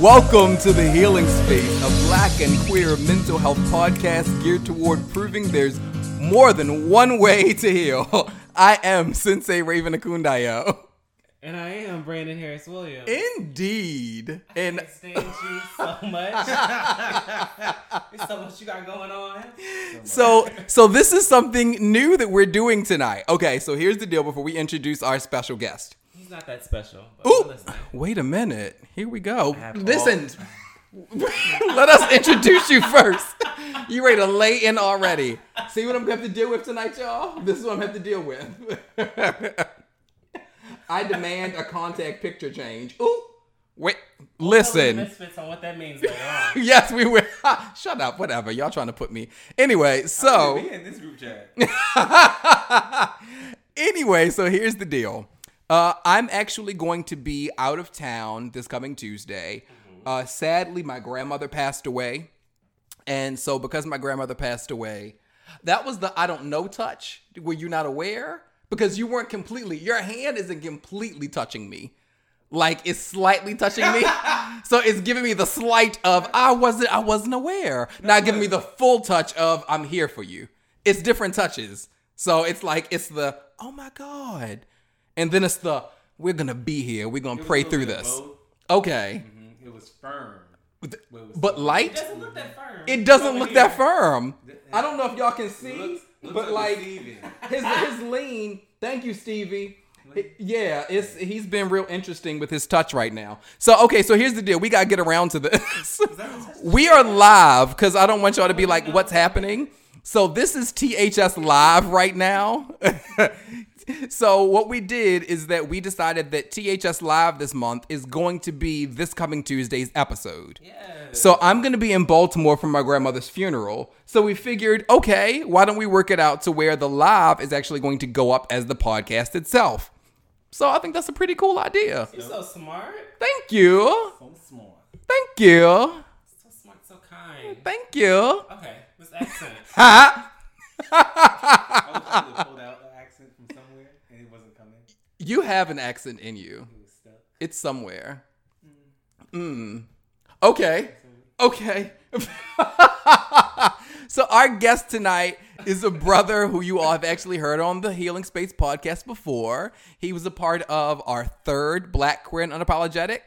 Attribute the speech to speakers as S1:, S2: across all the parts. S1: welcome to the Healing Space, a black and queer mental health podcast geared toward proving there's more than one way to heal. I am Sensei Raven Akundayo.
S2: And I am Brandon Harris Williams.
S1: Indeed. And
S2: I stand you so much. There's so much you got going on.
S1: so so this is something new that we're doing tonight. Okay, so here's the deal before we introduce our special guest.
S2: He's not that special. But
S1: Ooh,
S2: we're listening.
S1: wait a minute. Here we go.
S3: have
S1: Listen, let us introduce you first. You ready to lay in already? See what I'm gonna have to deal with tonight, y'all. This is what I'm gonna have to deal with. I demand a contact picture change. Ooh, wait.
S2: Tell the
S1: Listen.
S2: misfits on what that means later on.
S1: Yes, we will. Shut up. Whatever. Y'all trying to put me. Anyway, so.
S3: We in this group chat.
S1: anyway, so here's the deal. Uh, I'm actually going to be out of town this coming Tuesday. Uh, sadly, my grandmother passed away. And so, because my grandmother passed away, that was the I don't know touch. Were you not aware? Because you weren't completely, your hand isn't completely touching me. Like it's slightly touching me, so it's giving me the slight of I wasn't I wasn't aware. Not giving me the full touch of I'm here for you. It's different touches, so it's like it's the oh my god, and then it's the we're gonna be here. We're gonna pray through this. Okay,
S3: Mhm, It was firm. But, it was
S1: but
S2: Mm-hmm. It
S1: light
S2: doesn't look that firm.
S1: it doesn't
S2: Over
S1: look
S2: here.
S1: that firm. I don't know if y'all can see,
S3: Looks- looks
S1: but like
S3: deceiving.
S1: his his lean. Thank you, Stevie. It- yeah, it's he's been real interesting with his touch right now. So okay, so here's the deal. We gotta get around to this. we are live because I don't want y'all to be like, what's happening? So this is THS live right now. so what we did is that we decided that THS live this month is going to be this coming Tuesday's episode.
S2: Yeah.
S1: So I'm going to be in Baltimore for my grandmother's funeral. So we figured, okay, why don't we work it out to where the live is actually going to go up as the podcast itself? So I think that's a pretty cool idea.
S2: You're so smart.
S1: Thank you.
S3: So smart.
S1: Thank you.
S2: So smart, so kind.
S1: Thank you. Ah,
S2: Okay, this accent.
S1: Ha!
S3: I was trying to pull out an accent from somewhere and it wasn't coming. It
S1: You have an accent in you.
S3: was stuck.
S1: It's somewhere. Mm. Okay. Okay. so our guest tonight is a brother who you all have actually heard on the Healing Space podcast before. He was a part of our third Black Queer and Unapologetic.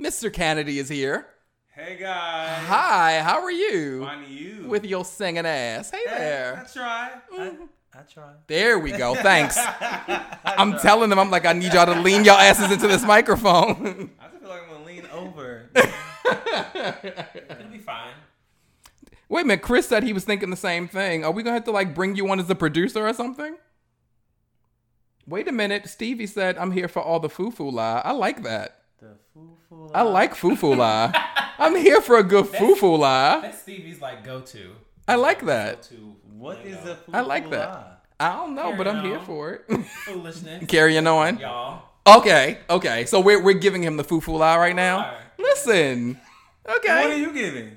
S1: Mr. Kennedy is here.
S3: Hey guys.
S1: Hi, how are you?
S3: On you.
S1: With Mm-hmm. your singing ass. Hey
S3: Hey,
S1: there.
S3: I try. I, I try.
S1: There we go. Thanks. I'm telling them, I'm like, I need y'all to lean your asses into this microphone.
S3: I just feel like I'm gonna lean over.
S2: It'll be fine.
S1: Wait a minute, Chris said he was thinking the same thing. Are we gonna have to like bring you on as a producer or something? Wait a minute, Stevie said I'm here for all the foo foo lie. I like that.
S3: the foo foo.
S1: I like foo foo lie. I'm here for a good foo foo lie.
S2: That's Stevie's like go to.
S1: I like that.
S2: To
S3: What is a foo
S1: I like that. I don't know, but I'm here for it.
S2: foolishness?
S1: Carrying on.
S2: Y'all.
S1: Okay, okay. So we're we're giving him the foo foo lie right now. Listen.
S3: What are
S1: Okay.
S3: you giving?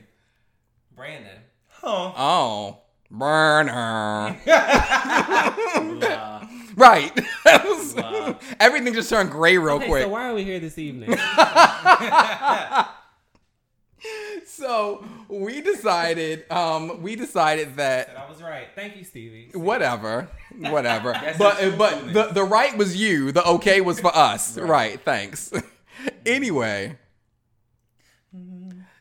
S2: Brandon.
S3: Huh?
S1: Oh. Burner. Right. Everything just turned gray real
S2: Okay,
S1: quick.
S2: so why are we here this evening?
S1: So we decided, um, we decided that
S2: I was right. Thank you, Stevie.
S1: whatever, whatever.
S3: That's
S1: but
S3: just
S1: but
S3: foolishness.
S1: the, the right was you, the okay was for us. Right, thanks. anyway.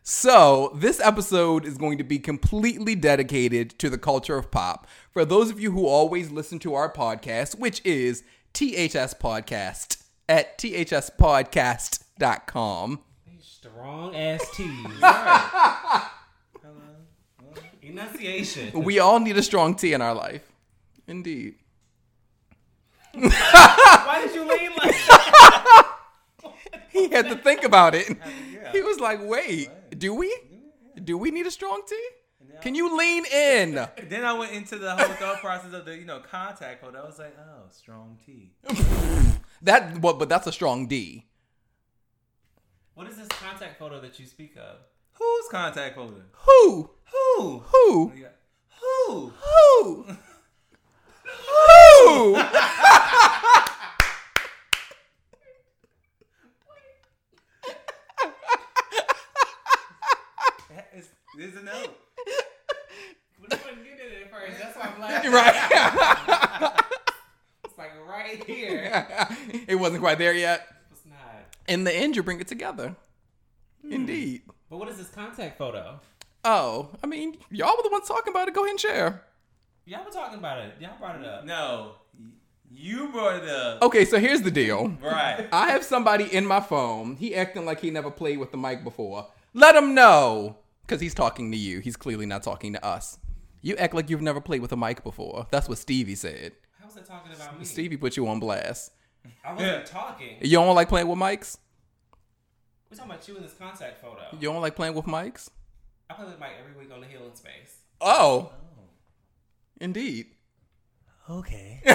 S1: So, this episode is going to be completely dedicated to the culture of pop. For those of you who always listen to our podcast, which is THS Podcast at thspodcast.com.
S2: Strong ass T's. Enunciation.
S1: We all need a strong T in our life. Indeed.
S2: Why did you lean like that?
S1: he had to think about it.
S3: Yeah.
S1: He was like, "Wait, do we? Do we need a strong T? Can you lean in?"
S3: Then I went into the whole thought process of the you know contact code. I was like, oh, strong tea.
S1: That what? But that's a strong D.
S2: What is this contact photo that you speak of?
S3: Who's contact holder?
S1: Who?
S3: Who?
S1: Who?
S3: Who?
S1: Who? Who?
S3: It's, it's a no.
S2: But I wasn't getting it at first. That's why I'm laughing.
S1: right.
S2: It's like right here.
S1: it wasn't quite there yet.
S2: It's not.
S1: In the end, you bring it together. Indeed.
S2: But what is this contact photo?
S1: Oh, I mean, y'all were the ones talking about it. Go ahead and share.
S2: Y'all were talking about it. Y'all brought it up.
S3: No. You brought it up.
S1: Okay, so here's the deal.
S3: Right.
S1: I have somebody in my phone. He acting like he never played with the mic before. Let him know, cause he's talking to you. He's clearly not talking to us. You act like you've never played with a mic before. That's what Stevie said.
S2: How was I talking about me?
S1: Stevie put you on blast.
S2: I wasn't
S3: Yeah.
S2: talking.
S1: You don't like playing with mics.
S2: We're talking about you in this contact photo.
S1: You don't like playing with mics.
S2: I play with Mike every week on the Healing Space.
S1: Oh, indeed.
S3: Okay. All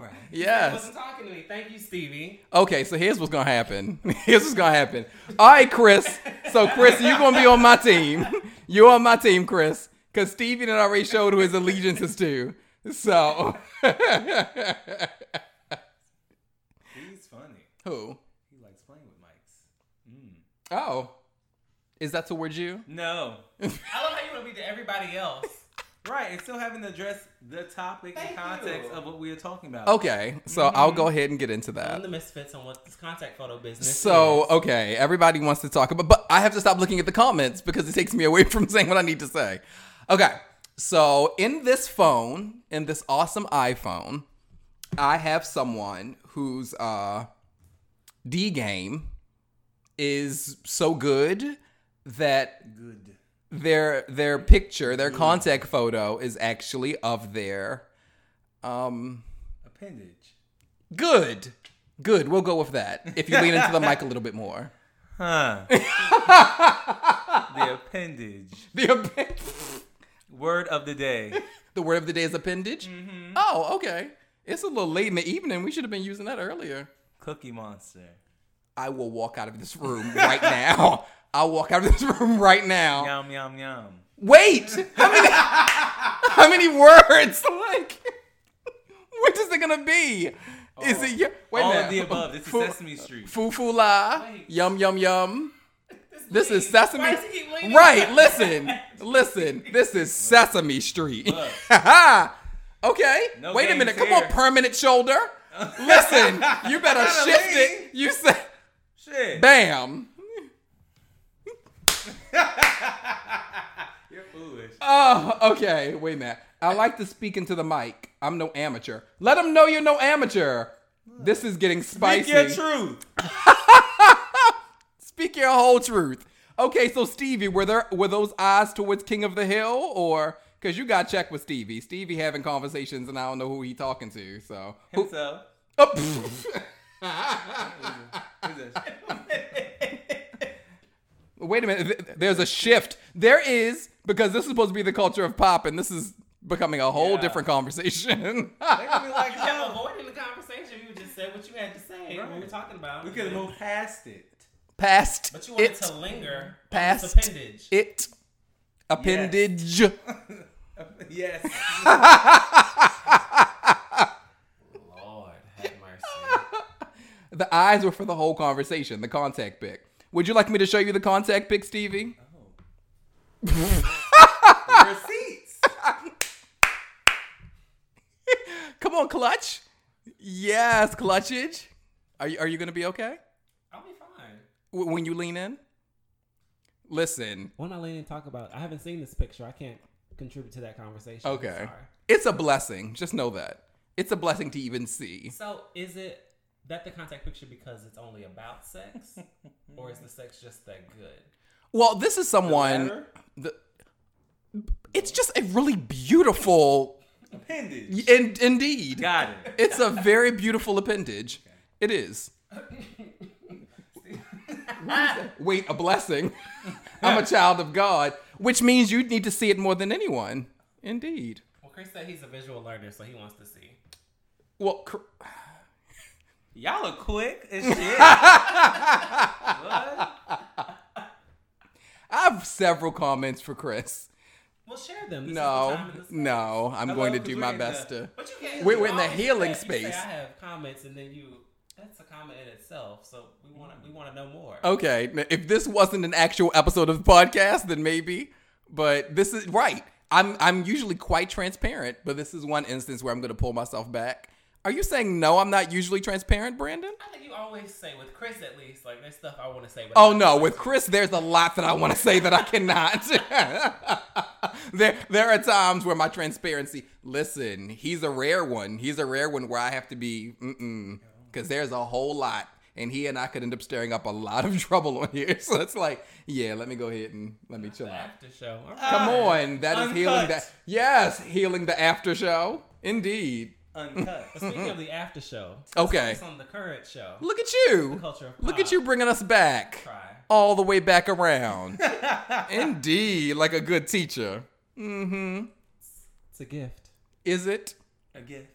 S3: right.
S2: He
S1: Yes.
S2: wasn't talking to me. Thank you, Stevie.
S1: Okay, so here's what's gonna happen. Here's what's gonna happen. All right, Chris. So Chris, you're gonna be on my team. You're on my team, Chris, because Steven had already showed who his allegiances to. So
S3: He's funny.
S1: who?
S3: He likes playing with mics.
S1: Oh, is that towards you?
S3: No.
S2: I love how you want to be to everybody else.
S3: Right. And still haven't addressed the topic
S2: Thank
S3: and context
S2: you.
S3: of what we are talking about.
S1: Okay, so I'll go ahead and get into
S2: I'm
S1: that.
S2: the misfits on what this contact photo business.
S1: Uh, So uh,
S2: is.
S1: okay, everybody wants to talk about, but I have to stop looking at the comments because it takes me away from saying what I need to say. Okay, so in this phone, in this awesome iPhone. I have someone whose uh, D game is so good that
S3: Good.
S1: their their picture, their contact photo is actually of their um
S3: Appendage.
S1: good. Good. We'll go with that. If you lean into the mic a little bit more.
S3: Huh. the appendage.
S1: The append-
S3: Word of the day.
S1: the word of the day is appendage.
S3: Mm-hmm.
S1: Oh, okay. It's a little late in the evening. We should have been using that earlier.
S3: Cookie Monster.
S1: I will walk out of this room right now. I'll walk out of this room right now.
S3: Yum, yum, yum.
S1: Wait, how many how many words? Like, which is it gonna be? Is it y- wait a
S3: Oh. All
S1: minute.
S3: of the above. This is
S1: Fu-
S3: Sesame Street.
S1: Foo foo la,
S2: Wait.
S1: yum yum yum. This is
S2: Wait,
S1: Sesame.
S2: why does he keep leaning
S1: Right,
S2: back?
S1: listen, listen. This is Sesame Street.
S3: Look.
S1: okay.
S3: No
S1: wait a
S3: games
S1: minute. Come
S3: here.
S1: on, permanent shoulder. Listen, you better
S3: Gotta
S1: shift
S3: lean.
S1: it. You said,
S3: Shit.
S1: bam.
S3: You're foolish.
S1: Oh, okay. Wait a minute. I like to speak into the mic. I'm no amateur. Let them know you're no amateur. This is getting
S3: Speak
S1: spicy.
S3: your truth.
S1: Speak your whole truth. Okay, so Stevie, were there were those eyes towards King of the Hill or because you got checked with Stevie? Stevie having conversations and I don't know who he talking to. So who,
S3: Himself.
S1: oh, pfft.
S3: Who's that?
S1: wait a minute. Th- There's a shift. There is because this is supposed to be the culture of pop, and this is becoming a whole
S3: Yeah.
S1: different conversation.
S3: They gonna be like,
S2: You
S3: yo,
S2: kept avoiding the conversation. You just said what you had to say. What we were talking about.
S3: we could move past it.
S1: Past
S2: But you wanted
S1: it,
S2: to linger.
S1: Past
S2: Past appendage.
S1: it appendage.
S3: Yes.
S2: Lord, have mercy.
S1: The eyes were for the whole conversation, the contact pic. Would you like me to show you the contact pic, Stevie?
S3: Receipts.
S1: Come on, clutch. Yes, clutchage. Are you, are you going to be okay
S2: I'll be fine.
S1: w- when you lean in? Listen,
S2: One I lean and talk about. I haven't seen this picture. I can't contribute to that conversation. I'm
S1: okay.
S2: sorry.
S1: It's a blessing. Just know that. It's a blessing to even see.
S2: So is it that the contact picture because it's only about sex, or is the sex just that good?
S1: Well, this is someone.
S3: Letter?
S1: The, it's just a really beautiful.
S3: Appendage.
S1: In, indeed.
S3: Got it.
S1: It's a very beautiful appendage. It is. Wait, a blessing. I'm a child of God, which means you need to see it more than anyone. Indeed.
S2: Well, Chris said he's a visual learner, so he wants to see.
S1: Well, cr-
S3: Y'all are quick as shit. what?
S1: I have several comments for Chris.
S2: Well, share them. This is the
S1: No,
S2: time and the space.
S1: no, I'm
S3: Hello,
S1: going to
S3: could
S1: do
S3: we
S1: my
S3: get
S1: best
S3: the-
S1: to.
S2: But you can't.
S1: We're-
S2: you
S1: we're in the
S2: always do
S1: healing
S2: that. You say,
S1: space.
S2: I have comments, and then you That's a comment in itself. So we want to we want to know more.
S1: Okay, n- if this wasn't an actual episode of the podcast, then maybe. But this is right. I'm I'm usually quite transparent, but this is one instance where I'm going to pull myself back. Are you saying no? I'm not usually transparent, Brandon.
S2: I think you always say with Chris at least like there's stuff I want to say. but
S1: Oh
S2: I-
S1: no, with Chris, there's a lot that I want to say that I cannot. there, there are times where my transparency. Listen, he's a rare one. He's a rare one where I have to be, mm because there's a whole lot, and he and I could end up stirring up a lot of trouble on here. So it's like, yeah, let me go ahead and let me chill
S2: the
S1: out.
S2: after show. All right.
S1: Come on, that is healing
S3: Uncut.
S1: that. Yes, healing the after show. Indeed.
S3: Uncut.
S2: Speaking of the after show,
S1: Okay.
S2: it's on the current show.
S1: Look at you.
S2: Culture of
S1: Look at
S2: pop.
S1: you bringing us back.
S2: Try.
S1: all the way back around. Indeed, like a good teacher. Mm-hmm.
S2: It's a gift.
S1: Is it?
S3: A gift.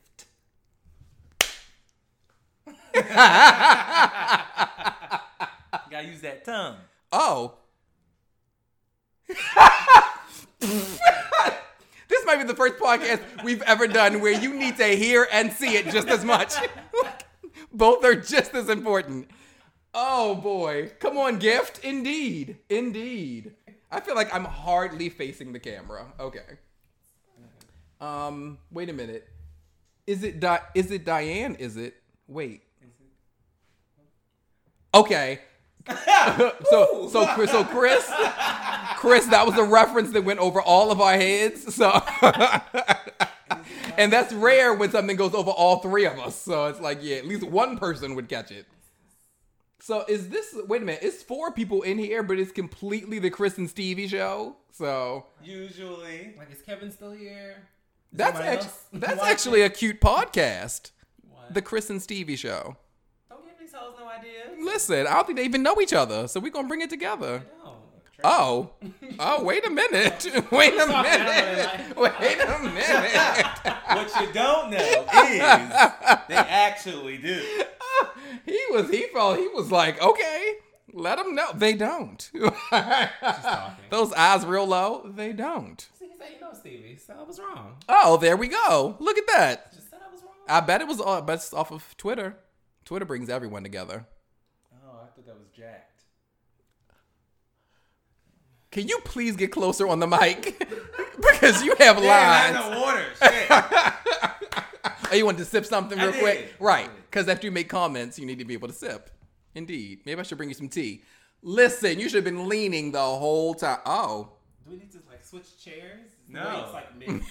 S3: Gotta use that tongue.
S1: Oh. this might be the first podcast we've ever done where you need to hear and see it just as much. Both are just as important. Oh boy. Come on, gift. Indeed. Indeed. I feel like I'm hardly facing the camera. Okay. Um, wait a minute. Is it Di- is it Diane? Is it? Wait. Okay. so so Chris, so Chris, Chris, that was a reference that went over all of our heads. So, and that's rare when something goes over all three of us. So it's like, yeah, at least one person would catch it. So is this? Wait a minute, it's four people in here, but it's completely the Chris and Stevie show. So
S3: Usually.
S2: Like is Kevin still here? Is
S1: that's
S2: somebody
S1: act-
S2: else
S1: that's
S2: watching?
S1: actually a cute podcast,
S2: What?
S1: the Chris and Stevie show.
S2: Don't give these hoes no idea.
S1: Listen, I don't think they even know each other, so we're gonna bring it together.
S2: No.
S1: Oh. Oh, wait a minute. Wait a
S2: Sorry, I
S1: minute.
S2: don't
S1: Wait a minute.
S3: What you don't know is they actually do.
S1: He was he felt he was like, okay, let them know. They don't.
S2: Ah.
S1: Those eyes real low, they don't.
S2: See, he said you know Stevie, so I was wrong.
S1: Oh, there we go. Look at that.
S2: Just said I was wrong.
S1: I bet it was all but it's off of Twitter. Twitter brings everyone together.
S3: Oh, I thought that was jacked.
S1: Can you please get closer on the mic? because you have
S3: Damn,
S1: lines.
S3: I know water. Shit.
S1: Oh, you want to sip something
S3: I
S1: real
S3: did.
S1: quick? Right. Because after you make comments, you need to be able to sip. Indeed. Maybe I should bring you some tea. Listen, you should have been leaning the whole time. Oh.
S2: Do we need to like switch chairs?
S3: No.
S2: The way It's like mid thing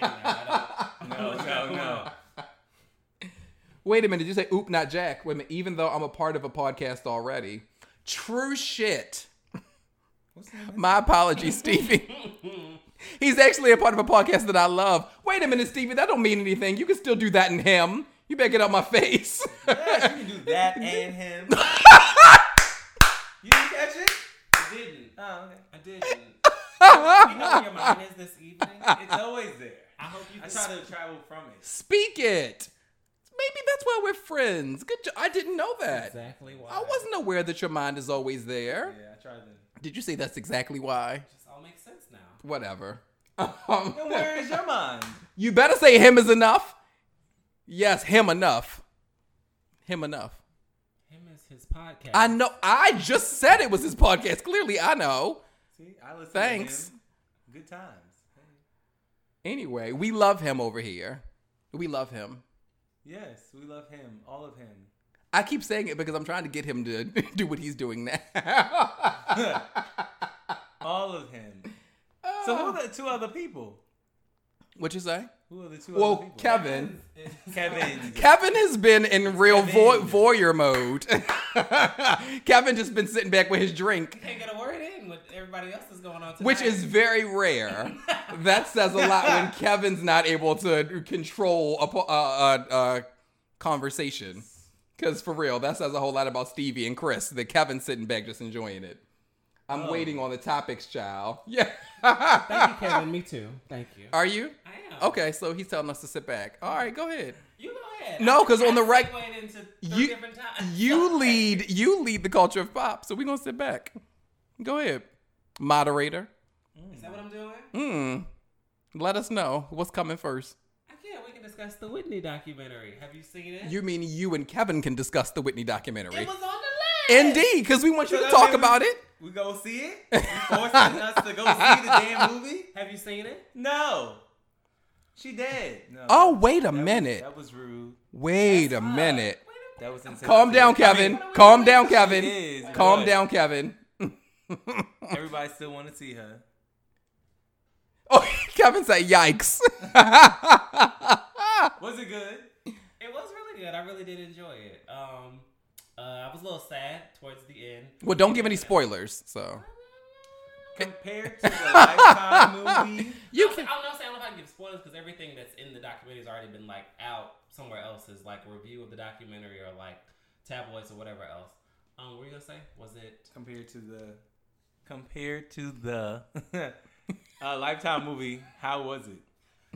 S2: now. I don't- I don't know
S3: no,
S2: what's
S3: no,
S2: going
S3: no.
S2: on.
S1: Wait a minute. Did you say oop, not Jack? Wait a minute. Even though I'm a part of a podcast already. True shit.
S3: What's the name?
S1: My apologies, Stevie. He's actually a part of a podcast that I love. Wait a minute, Stevie. That don't mean anything. You can still do that in him. You better get out my face.
S3: Yes, you can do that and him. you didn't catch it?
S2: I didn't.
S3: Oh, okay.
S2: I didn't. you know where your mind is this evening.
S3: It's always there.
S2: I hope you
S3: I
S2: can
S3: try to travel from it.
S1: Speak it. Maybe that's why we're friends. Good. Jo- I didn't know that.
S2: exactly why.
S1: I wasn't aware that your mind is always there.
S3: Yeah, I try to.
S1: Did you say that's exactly why?
S2: Just all makes sense now.
S1: Whatever. Um,
S3: And where is your mind?
S1: you better say him is enough. Yes, him enough. Him enough.
S2: Him is his podcast.
S1: I know. I just said it was his podcast. Clearly, I know.
S3: See, I listen
S1: Thanks.
S3: to him. Good times.
S1: Anyway, we love him over here. We love him.
S3: Yes, we love him. All of him.
S1: I keep saying it because I'm trying to get him to do what he's doing now.
S3: All of him. So who are the two other people?
S1: what you say?
S3: Who are the two other
S1: Well,
S3: people?
S1: Kevin.
S3: Kevin.
S1: Kevin has been in real vo-
S3: Kevin.
S1: voyeur mode. Kevin just been sitting back with his drink,
S2: can't get a word in with everybody else that's going on tonight.
S1: which is very rare. that says a lot when Kevin's not able to control a po- uh, uh, uh, conversation. Because for real, that says a whole lot about Stevie and Chris. That Kevin's sitting back just enjoying it. I'm
S3: Oh.
S1: waiting on the topics, child. Yeah.
S2: Thank you, Kevin. Me too. Thank you.
S1: Are you?
S2: I am.
S1: Okay, so he's telling us to sit back. All right, go ahead.
S2: You go ahead.
S1: No, 'cause
S2: I-
S1: on the
S2: I
S1: right-
S2: segued into three
S1: You-
S2: different times.
S1: You lead. You lead the culture of pop. So we're gonna sit back. Go ahead, moderator.
S2: Is that what I'm doing?
S1: Mm. Let us know what's coming first.
S2: I can't. We can just discuss the Whitney documentary. Have you seen it?
S1: You mean you and Kevin can discuss the Whitney documentary?
S2: it was on the list.
S1: Indeed, because we want you
S3: So
S1: to
S3: that
S1: talk
S3: means we-
S1: about it.
S3: We go see it. You forcing us to go see the damn movie?
S2: Have you seen it?
S3: No, she dead. No.
S1: Oh, wait a
S3: That was-
S1: minute.
S3: that was rude.
S1: Wait a minute.
S2: Uh,
S3: That was insensitive.
S1: Calm down, Kevin.
S2: what are we
S1: Calm
S2: doing?
S1: down,
S2: It
S1: Kevin.
S3: is,
S1: Calm
S3: but-
S1: down, Kevin.
S3: Everybody still want to see her.
S1: Oh, Kevin said, "Yikes."
S3: Was it good?
S2: It was really good. I really did enjoy it. Um, uh, I was a little sad towards the end.
S1: well, don't give any spoilers. So
S3: Compared to the Lifetime movie,
S1: you
S2: I
S1: can.
S2: don't know. I don't know if I can give spoilers because everything that's in the documentary has already been like out somewhere else is like a review of the documentary or like tabloids or whatever else. Um, what were you gonna say? Was it?
S3: compared to the, compared to the uh, Lifetime movie, how was it?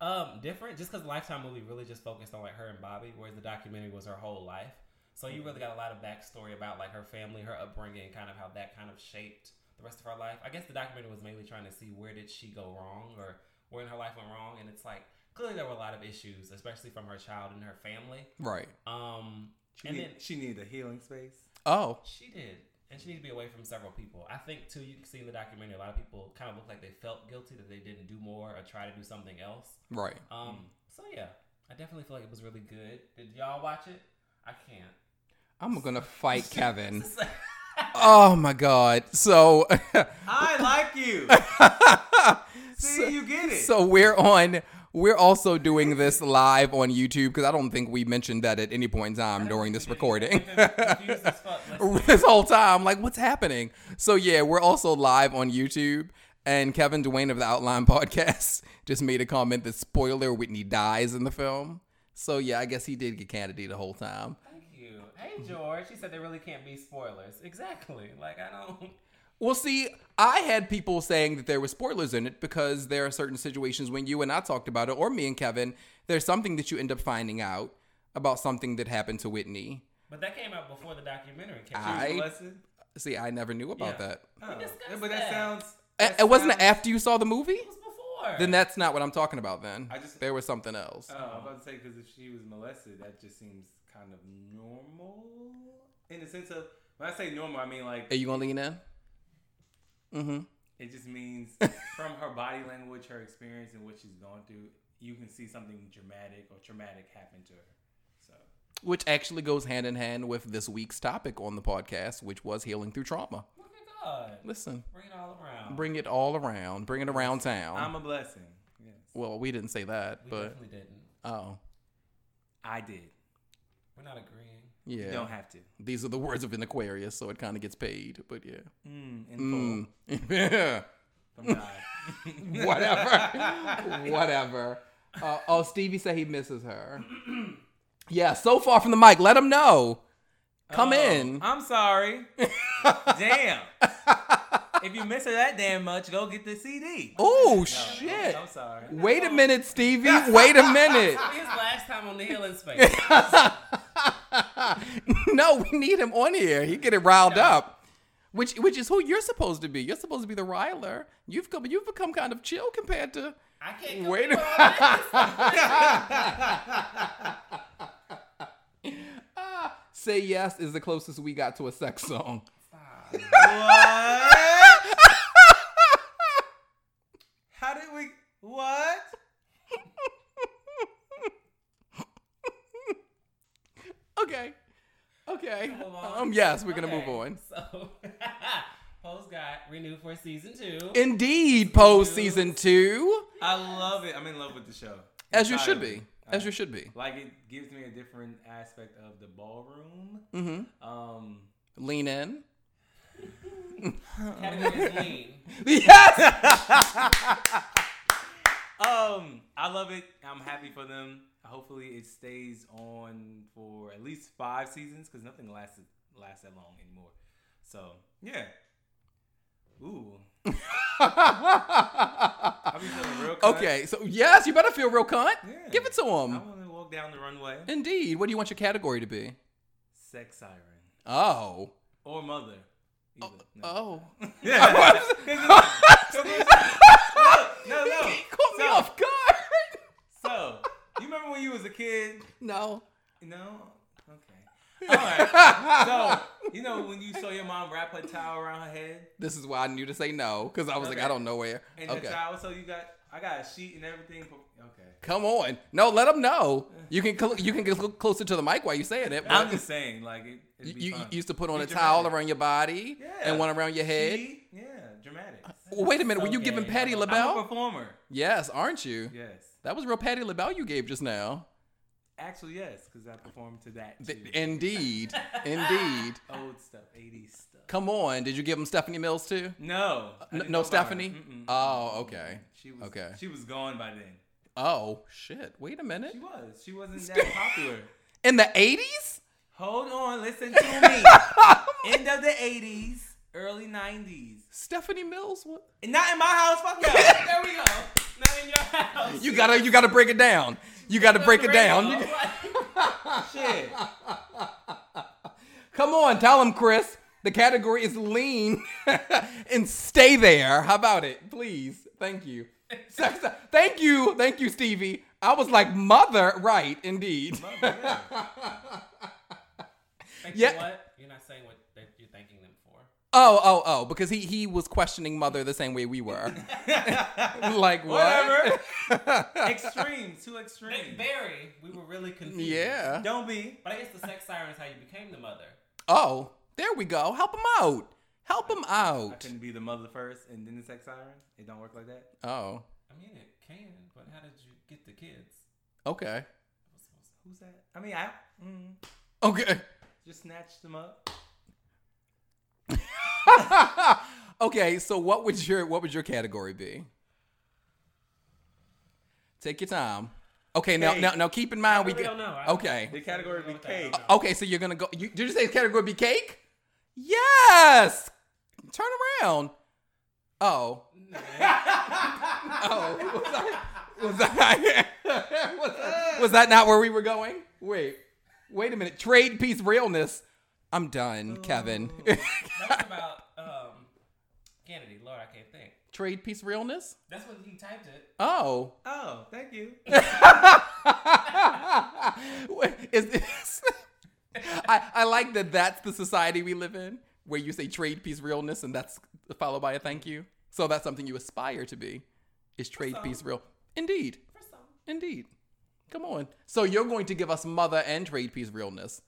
S2: Um, different just because Lifetime movie really just focused on like her and Bobby, whereas the documentary was her whole life. So you really got a lot of backstory about like her family, her upbringing, and kind of how that kind of shaped the rest of her life. I guess the documentary was mainly trying to see where did she go wrong or where in her life went wrong, and it's like clearly there were a lot of issues, especially from her child and her family.
S1: Right.
S2: Um,
S3: She,
S2: and
S3: need,
S2: then
S3: she needed a healing space.
S1: Oh,
S2: she did. And she needed to be away from several people. I think, too, you can see in the documentary, a lot of people kind of look like they felt guilty that they didn't do more or try to do something else.
S1: right.
S2: Um, So, yeah, I definitely feel like it was really good. Did y'all watch it? I can't.
S1: I'm gonna fight Kevin. Oh my God. So,
S3: I like you. See, you get it.
S1: so we're on. We're also doing this live on YouTube because I don't think we mentioned that at any point in time during this recording.
S2: Confused as fuck. Let's-
S1: this whole time. Like, what's happening? So yeah, we're also live on YouTube. And Kevin Duane of the Outline Podcast just made a comment that spoiler Whitney dies in the film. So yeah, I guess he did get Kennedy the whole time.
S2: Thank you. Hey, George. She said there really can't be spoilers. Exactly. Like, I don't.
S1: Well, see, I had people saying that there were spoilers in it because there are certain situations when you and I talked about it, or me and Kevin, there's something that you end up finding out about something that happened to Whitney.
S2: But that came out before the documentary came
S1: I-
S2: out.
S3: Here's a lesson.
S1: See, I never knew about
S2: Yeah.
S1: that.
S3: Oh,
S2: discussed
S3: but
S2: that.
S3: that sounds.
S1: A-
S3: that
S1: it wasn't
S3: sounds-
S1: after you saw the movie.
S2: It was before.
S1: Then that's not what I'm talking about. Then
S3: I just-
S1: there was something else.
S3: Oh, I was about to say because if she was molested, that just seems kind of normal in the sense of when I say normal, I mean like
S1: Are you gonna lean in? Mm-hmm.
S3: it just means from her body language, her experience, and what she's gone through, you can see something dramatic or traumatic happen to her. So
S1: Which actually goes hand in hand with this week's topic on the podcast, which was healing through trauma.
S2: Look at God.
S1: Listen,
S2: Bring it all around.
S1: bring it all around, bring it around town.
S3: I'm a blessing. Yes,
S1: well, we didn't say that,
S2: we
S1: but
S2: definitely didn't.
S1: oh
S3: I did.
S2: We're not agreeing.
S1: yeah,
S3: You don't have to.
S1: these are the words of an Aquarius, so it kind of gets paid. But yeah,
S3: Mm, in
S1: Mm. yeah,
S3: full from God.
S1: whatever, whatever. Uh, oh, Stevie said he misses her. yeah, so far from the mic. Let him know. Come
S3: Oh,
S1: in.
S3: I'm sorry. damn. If you miss her that damn much, go get the CD.
S1: Oh
S3: No,
S1: shit.
S3: I'm sorry.
S1: Wait a minute, Stevie. Wait a minute.
S2: His last time on the healing space.
S1: no, we need him on here. He get it riled up. Which which is who you're supposed to be. You're supposed to be the riler. You've come you've become kind of chill compared to
S2: I can't. go
S1: Wait
S2: through all that.
S1: Say Yes is the closest we got to a sex song.
S2: Stop.
S3: What? How did we? What?
S1: Okay. Okay.
S2: Move on.
S1: Um yes, we're gonna
S2: Okay,
S1: move on.
S2: So, Pose got renewed for season two.
S1: Indeed, Pose season two.
S3: I love it. I'm in love with the show.
S1: As you should be.
S3: Entirely. Uh,
S1: As you should be.
S3: Like it gives me a different aspect of the ballroom.
S1: Mm-hmm.
S3: Um,
S1: Lean in.
S2: Category is lean.
S1: Yes!
S3: um, I love it. I'm happy for them. Hopefully, it stays on for at least five seasons because nothing lasts lasts that long anymore. So yeah. Ooh, I be feeling real. cut.
S1: okay, um, so yes, you better feel real cunt.
S3: Yeah.
S1: Give it to him.
S3: I want to walk down the runway.
S1: Indeed. What do you want your category to be?
S3: Sex siren.
S1: Oh.
S3: Or mother. Either.
S1: Oh.
S3: Yeah. no, no.
S1: Caught me
S3: So-
S1: off guard.
S3: So You remember when you was a kid?
S1: No.
S3: No. Okay. All right. So you know when you saw your mom wrap her towel around her head,
S1: This is why I knew to say no because I was like,
S3: Okay.
S1: I don't know where.
S3: and
S1: okay.
S3: the towel. So you got, I got a sheet and everything. for- Okay.
S1: Come on. No, let them know. You can cl- you can get cl- closer to the mic while you're saying it.
S3: I'm
S1: But
S3: just saying, like it.
S1: you,
S3: It'd be
S1: you
S3: fun.
S1: you used to put on
S3: Be
S1: a towel
S3: dramatic.
S1: around your body
S3: Yeah.
S1: and one around your head. Uh,
S3: She- yeah, dramatic.
S1: Well, wait a minute.
S2: So
S1: were you giving
S2: gay.
S1: Patty
S2: I'm
S3: I'm a
S1: LaBelle?
S3: performer.
S1: Yes, aren't you?
S3: Yes.
S1: That was real Patty LaBelle you gave just now.
S3: Actually, yes, because I performed to that
S1: Th-
S3: too.
S1: indeed. indeed.
S3: old stuff, 80s stuff.
S1: Come on. Did you give them Stephanie Mills too?
S3: No, I
S1: N-
S3: didn't
S1: no
S3: know about her.
S1: Stephanie?
S3: Mm-mm.
S1: Oh, okay.
S3: She was
S1: Okay.
S3: She was gone by then.
S1: Oh, shit. Wait a minute.
S3: She was. She wasn't that popular.
S1: In the 80s?
S3: Hold on, listen to me. End of the 80s, early 90s.
S1: Stephanie Mills? What?
S3: And not in my house, fuck no. There we go.
S2: Not in your house.
S1: You gotta you gotta break it down. You gotta break it down. You-
S3: Shit.
S1: Come on, tell him, Chris. The category is lean and stay there. How about it? Please. Thank you. Sex- thank you. Thank you, Stevie. I was like, mother. Right, indeed.
S3: Oh, yeah.
S2: Thank
S1: Yeah.
S2: you what? You're not saying what they- you're thanking them for.
S1: Oh, oh, oh, because he he was questioning mother the same way we were. like what?
S3: Whatever. extreme, too
S2: Nick
S3: extreme.
S2: Barry, we were really confused.
S1: Yeah.
S3: Don't be.
S2: But I guess the sex siren is how you became the mother.
S1: Oh, there we go. Help him out. Help him
S3: I
S1: out.
S3: couldn't be the mother first and then the sex siren. It don't work like that.
S1: Oh,
S2: I mean, it can, but how did you get the kids?
S1: okay,
S3: Who's that? I mean, I mm,
S1: okay,
S3: just snatched them up.
S1: okay. So what would your what would your category be? Take your time. Okay, now
S3: Cake.
S1: now now keep in mind we
S2: really
S1: get
S2: don't know. I-
S1: okay.
S3: The category be cake.
S1: Okay, so you're gonna go. You, did you say category be cake? Yes. Turn around. Oh. oh. Was I? Was I, was I- was that not where we were going? Wait. Wait a minute. Trade piece realness. I'm done, Kevin.
S2: Oh. That was about um, Kennedy. Lord, I can't think.
S1: Trade piece realness.
S2: That's when he typed it.
S1: Oh.
S3: Oh, thank you.
S1: Wait, Is this? I, I like that. That's the society we live in, where you say trade piece realness, and that's followed by a thank you. So that's something you aspire to be. Is trade piece real? Indeed,
S2: For some.
S1: indeed. Come on. So you're going to give us mother and trade piece realness.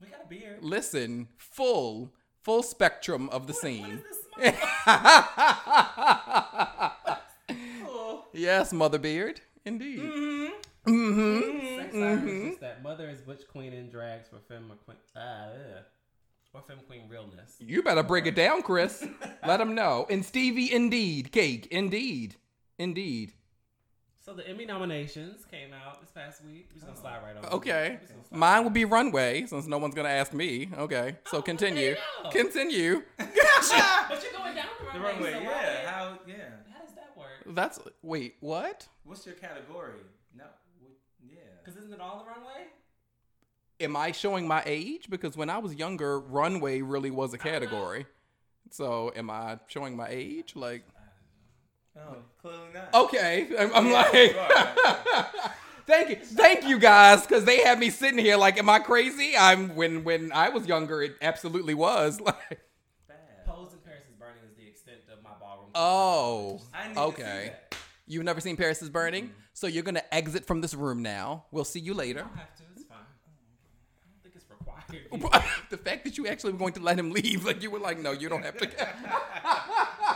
S2: We got a beard.
S1: Listen, full full spectrum of the
S2: What is
S1: scene.
S2: this smile?
S1: Yes, mother beard. Indeed.
S2: Mm-hmm.
S1: Mm-hmm.
S2: Sex siren is just that mother is witch queen in drags for femme queen. Ah, ugh. Or femme queen realness.
S1: You better break it down, Chris. Let him know. And Stevie, indeed, cake, indeed, indeed.
S2: So the Emmy nominations came out this past week. We're just gonna slide right over.
S1: Oh. Okay.
S2: We're just gonna slide
S1: Mine will be runway since no one's gonna ask me. Okay, so
S2: Oh,
S1: continue,
S2: there you go.
S1: continue.
S2: But you're going down the runway.
S3: The wrong way.
S2: so why-
S3: Yeah. How? Yeah.
S2: How does that work?
S1: That's wait, what?
S3: What's your category? No. what- Yeah.
S2: Because isn't it all the runway?
S1: Am I showing my age? Because when I was younger, runway really was a category. So am I showing my age? Like,
S3: Oh, clearly not.
S1: okay, I'm, I'm
S3: you
S1: like.
S3: are, right,
S1: Thank you, thank you guys, because they had me sitting here like, am I crazy? I'm when when I was younger, it absolutely was like.
S3: Bad.
S2: Pose in Paris is burning is the extent of my ballroom.
S1: Oh,
S3: I need To see
S1: okay.
S3: that.
S1: You've never seen Paris is Burning, so you're gonna exit from this room now. We'll see you later.
S2: I don't have to. It's fine. I don't think it's required.
S1: Oh, the fact that you actually were going to let him leave, like you were like, no, you don't have to.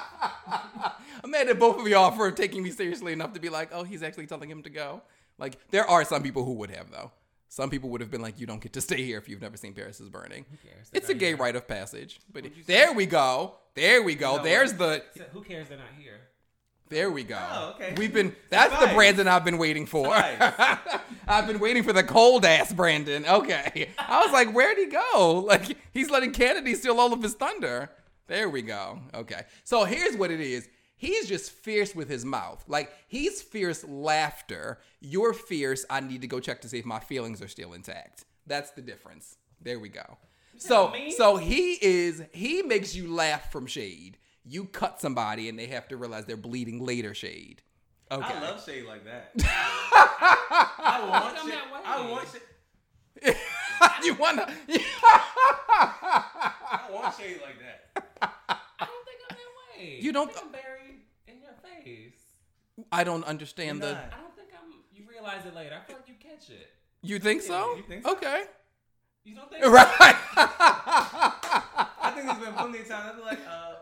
S1: I'm mad at both of y'all for taking me seriously enough to be like, oh, he's actually telling him to go. Like, there are some people who would have though. Some people would have been like, you don't get to stay here if you've never seen Paris is Burning.
S2: cares? They're
S1: It's a
S2: not
S1: gay
S2: here.
S1: rite of passage. But there we go. There we go.
S3: No,
S1: There's the
S2: Except who cares? They're not here.
S1: There we go.
S3: Oh, okay.
S1: We've been that's the
S3: Surprise.
S1: Brandon I've been waiting for.
S3: Surprise.
S1: I've been waiting for the cold ass Brandon. Okay. I was like, where'd he go? Like he's letting Kennedy steal all of his thunder. There we go. Okay. So here's what it is. He's just fierce with his mouth. Like he's fierce laughter. You're fierce. I need to go check to see if my feelings are still intact. That's the difference. There we go. So
S2: me?
S1: so he is he makes you laugh from shade. You cut somebody and they have to realize they're bleeding later shade. Okay.
S3: I love shade like that. I want
S2: I'm
S3: shade.
S2: that way.
S3: I want shade.
S1: you wanna?
S3: I want shade like that.
S2: I don't think I'm that way.
S1: You don't-
S2: I think I'm buried in your face.
S1: I don't understand the.
S3: Nah.
S2: I don't think I'm. You realize it later. I feel like you catch it.
S1: You think so?
S3: You think so?
S1: Okay.
S2: You don't think
S1: Right.
S3: I think there's been plenty of times I've been like, uh,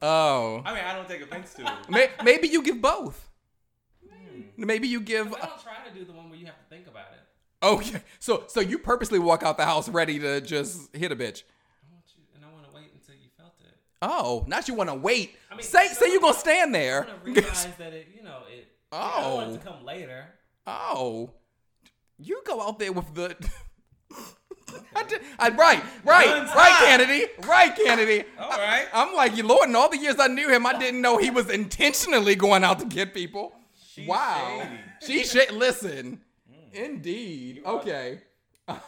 S3: oh.
S1: oh.
S3: I mean, I don't take offense to it.
S1: May- Maybe you give both.
S2: Hmm.
S1: Maybe you give.
S2: I don't try to do the one where you have to think about it.
S1: Okay. So so you purposely walk out the house ready to just hit a bitch.
S2: I want you, and I want to wait until you felt it.
S1: Oh, not you want to wait.
S2: I mean,
S1: say say
S2: no,
S1: you're gonna stand there.
S2: I want to realize that it, you know, it. I don't want it to come later.
S1: oh, you go out there with the. I did, I, right, right,
S3: Guns
S1: right,
S3: hot.
S1: Kennedy, right, Kennedy.
S3: All right.
S1: I'm like, you Lord, in all the years I knew him, I didn't know he was intentionally going out to get people.
S3: She's
S1: wow,
S3: shady.
S1: she should listen. Indeed. Okay.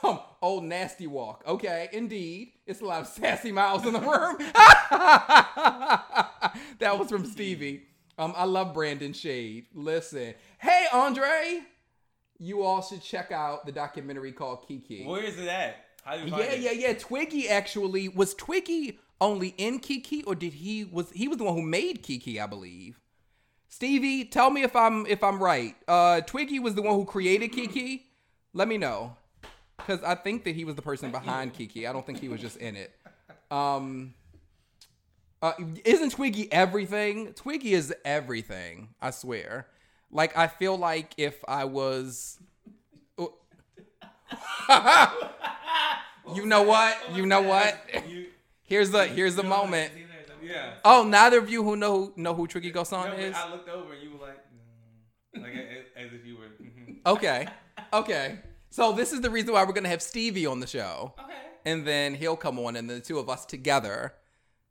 S1: Um, old nasty walk. Okay, indeed. It's a lot of sassy miles in the room. that was from Stevie. Um, I love Brandon Shade. Listen. Hey, Andre. You all should check out the documentary called Kiki.
S3: Where is it at? How do you find
S1: Yeah,
S3: it?
S1: yeah, yeah. Twiggy actually was Twiggy only in Kiki, or did he was he was the one who made Kiki, I believe. Stevie, tell me if I'm if I'm right. Uh, Twiggy was the one who created Kiki. Let me know, because I think that he was the person behind Kiki. I don't think he was just in it. Um, uh, isn't Twiggy everything? Twiggy is everything. I swear. Like I feel like if I was. oh. you know what? You know what?
S3: You,
S1: Here's the here's the
S2: You don't want
S1: moment.
S2: it to be there, is that what you're
S3: yeah.
S1: Oh, neither of you who know know who Tricky
S3: No,
S1: Gosan
S3: but
S1: is.
S3: I looked over and you were like, mm. like a- as if you were. mhm.
S1: Okay, okay. So this is the reason why we're gonna have Stevie on the show,
S2: saying? Okay.
S1: and then he'll come on, and the two of us together.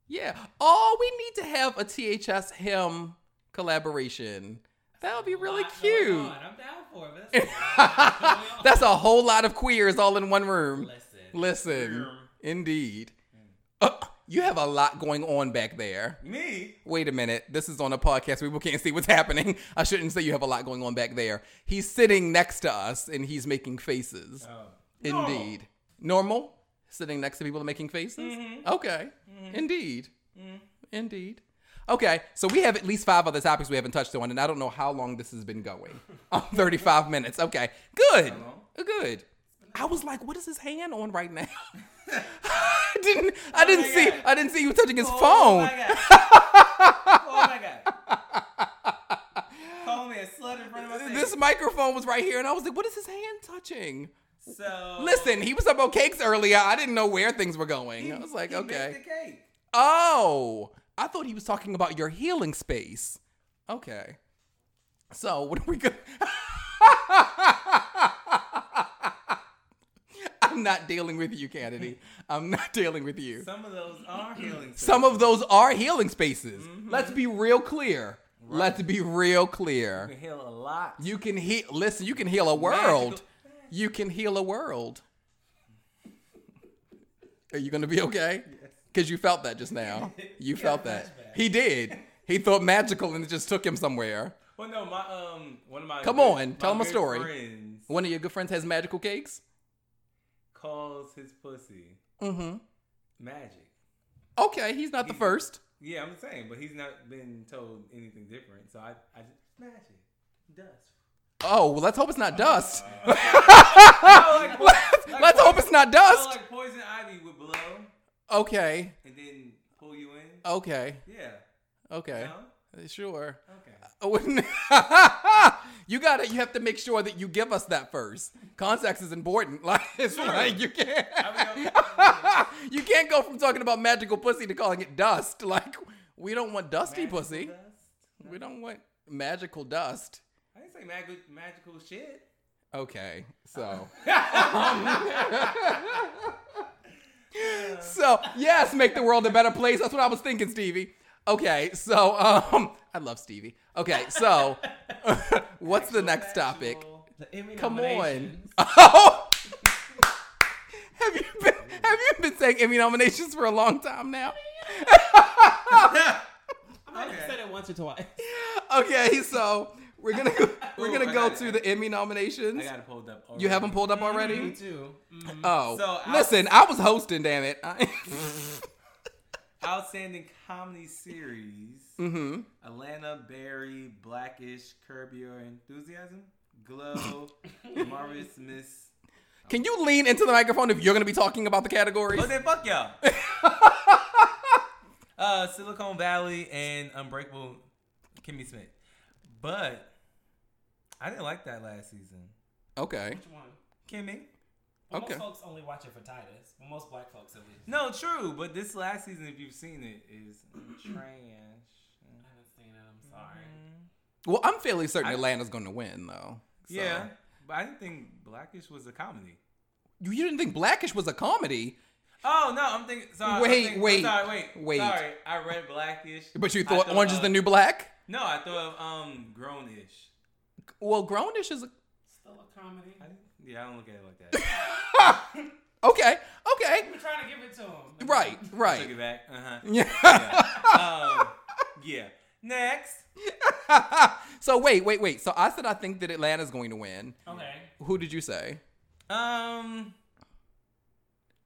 S1: Yeah. Oh, we need to have a THS him collaboration. That would be really
S2: Lot going
S1: cute.
S2: on. I'm down for it. but That's a lot going on.
S1: That's a whole lot of queers all in one room.
S2: Listen.
S1: Listen, indeed. Uh, you have a lot going on back there.
S3: Me?
S1: wait a minute, this is on a podcast. People can't see what's happening. I shouldn't say you have a lot going on back there. He's sitting next to us and he's making faces.
S3: Oh.
S1: Indeed. Normal? Sitting next to people and making faces?
S3: Mm-hmm.
S1: Okay. Indeed. Indeed. Okay, so we have at least five other topics we haven't touched on, and I don't know how long this has been going. Um, 35 minutes. Okay, good.
S3: long?
S1: Good. I was like, what is his hand on right now? I didn't I didn't
S3: Oh my
S1: see
S3: God.
S1: I didn't see you touching his
S3: Oh
S1: phone.
S3: my god. Oh my god. Call me a slut in front of my face.
S1: this microphone was right here, and I was like, "What is his hand touching?"
S3: so
S1: Listen, he was up on cakes earlier. I didn't know where things were going. I was like,
S3: he baked
S1: "Okay."
S3: the cake.
S1: Oh, I thought he was talking about your healing space. Okay. So what are we going? I'm not dealing with you, Kennedy. I'm not dealing with you.
S3: Some of those are healing.
S1: Some of those are healing spaces. Let's be real clear. Let's be real clear.
S3: can heal a lot.
S1: You can heal. Listen, you can heal a world. You can heal a world. Are you gonna be okay? Because you felt that just now. You felt that. He did. He thought magical, and it just took him somewhere.
S3: Well, no, my um, one of my
S1: Come
S3: good-
S1: on,
S3: my
S1: tell him a
S3: good
S1: story.
S3: Friends
S1: One of your good friends has magical cakes.
S3: calls his pussy
S1: Mm-hmm.
S3: magic.
S1: Okay, he's not the first.
S3: Yeah, I'm saying, but he's not been told anything different. So I, I just magic dust.
S1: Oh, well, let's hope it's not dust.
S3: Oh, like, like
S1: Let's hope it's not
S3: Oh,
S1: dust.
S3: like poison ivy would blow
S1: Okay.
S3: and then pull you in.
S1: Okay.
S3: Yeah.
S1: Okay.
S3: No.
S1: Sure.
S3: Okay.
S1: I Oh, wouldn't- you gotta you have to make sure that you give us that first context is important like it's like you can't
S3: I mean, uh,
S1: you can't go from talking about magical pussy to calling it dust like we don't want dusty
S3: magical
S1: pussy
S3: dust?
S1: we don't want magical dust
S3: I didn't say magical magical shit.
S1: okay so so yes make the world a better place that's what i was thinking stevie okay so um i love stevie okay so what's the next topic
S2: The Emmy
S1: Come on.
S2: nominations.
S1: Oh. have you been have you been saying Emmy nominations for a long time now?
S2: I might have
S3: Okay.
S2: said it once or twice.
S1: Okay, so We're gonna go, we're
S3: Ooh,
S1: gonna
S3: I
S1: go
S3: got it.
S1: to the Emmy
S3: I
S1: nominations.
S3: got it Mm-hmm. pulled up.
S1: You have them pulled up
S2: Me
S1: already?
S2: too. Mhm.
S1: Oh,
S3: So I-
S1: listen, I was hosting. Damn it.
S3: Outstanding comedy series:
S1: mm-hmm.
S3: Atlanta, Barry, Blackish, Curb Your Enthusiasm, Glow, Marvis Miss.
S1: Can you lean into the microphone if you're gonna be talking about the categories?
S3: Oh, then fuck y'all. uh, Silicon Valley and Unbreakable Kimmy Smith. But I didn't like that last season.
S1: Okay.
S2: Which one?
S3: Kimmy?
S2: Well,
S1: Okay.
S2: Most folks only watch it for Titus. Well, most black folks at least.
S3: No, true. But this last season, if you've seen it, is trash.
S2: I haven't seen it. I'm sorry.
S1: Mm-hmm. Well, I'm fairly certain
S3: I-
S1: Atlanta's gonna win though. So.
S3: Yeah. But I didn't think Blackish was a comedy.
S1: You you didn't think Blackish was a comedy,
S3: Oh no, I'm thinking. Sorry,
S1: Wait,
S3: I'm thinking,
S1: wait,
S3: I'm sorry, wait,
S1: wait.
S3: Sorry, I read Blackish.
S1: but you
S3: I
S1: thought, Orange is
S3: of-
S1: the New Black?
S3: No, I thought of um Grownish.
S1: Well, Grownish is a,
S2: Still a comedy.
S3: I didn't- yeah, I don't look at it like that.
S1: okay, okay,
S2: We're trying to give it to him.
S1: right,
S3: Took
S1: right.
S3: it back. Uh huh.
S1: Yeah.
S3: um, yeah. Next.
S1: so wait, wait, wait. So I said I think that Atlanta's going to win.
S2: Okay.
S1: Who did you say?
S3: Um.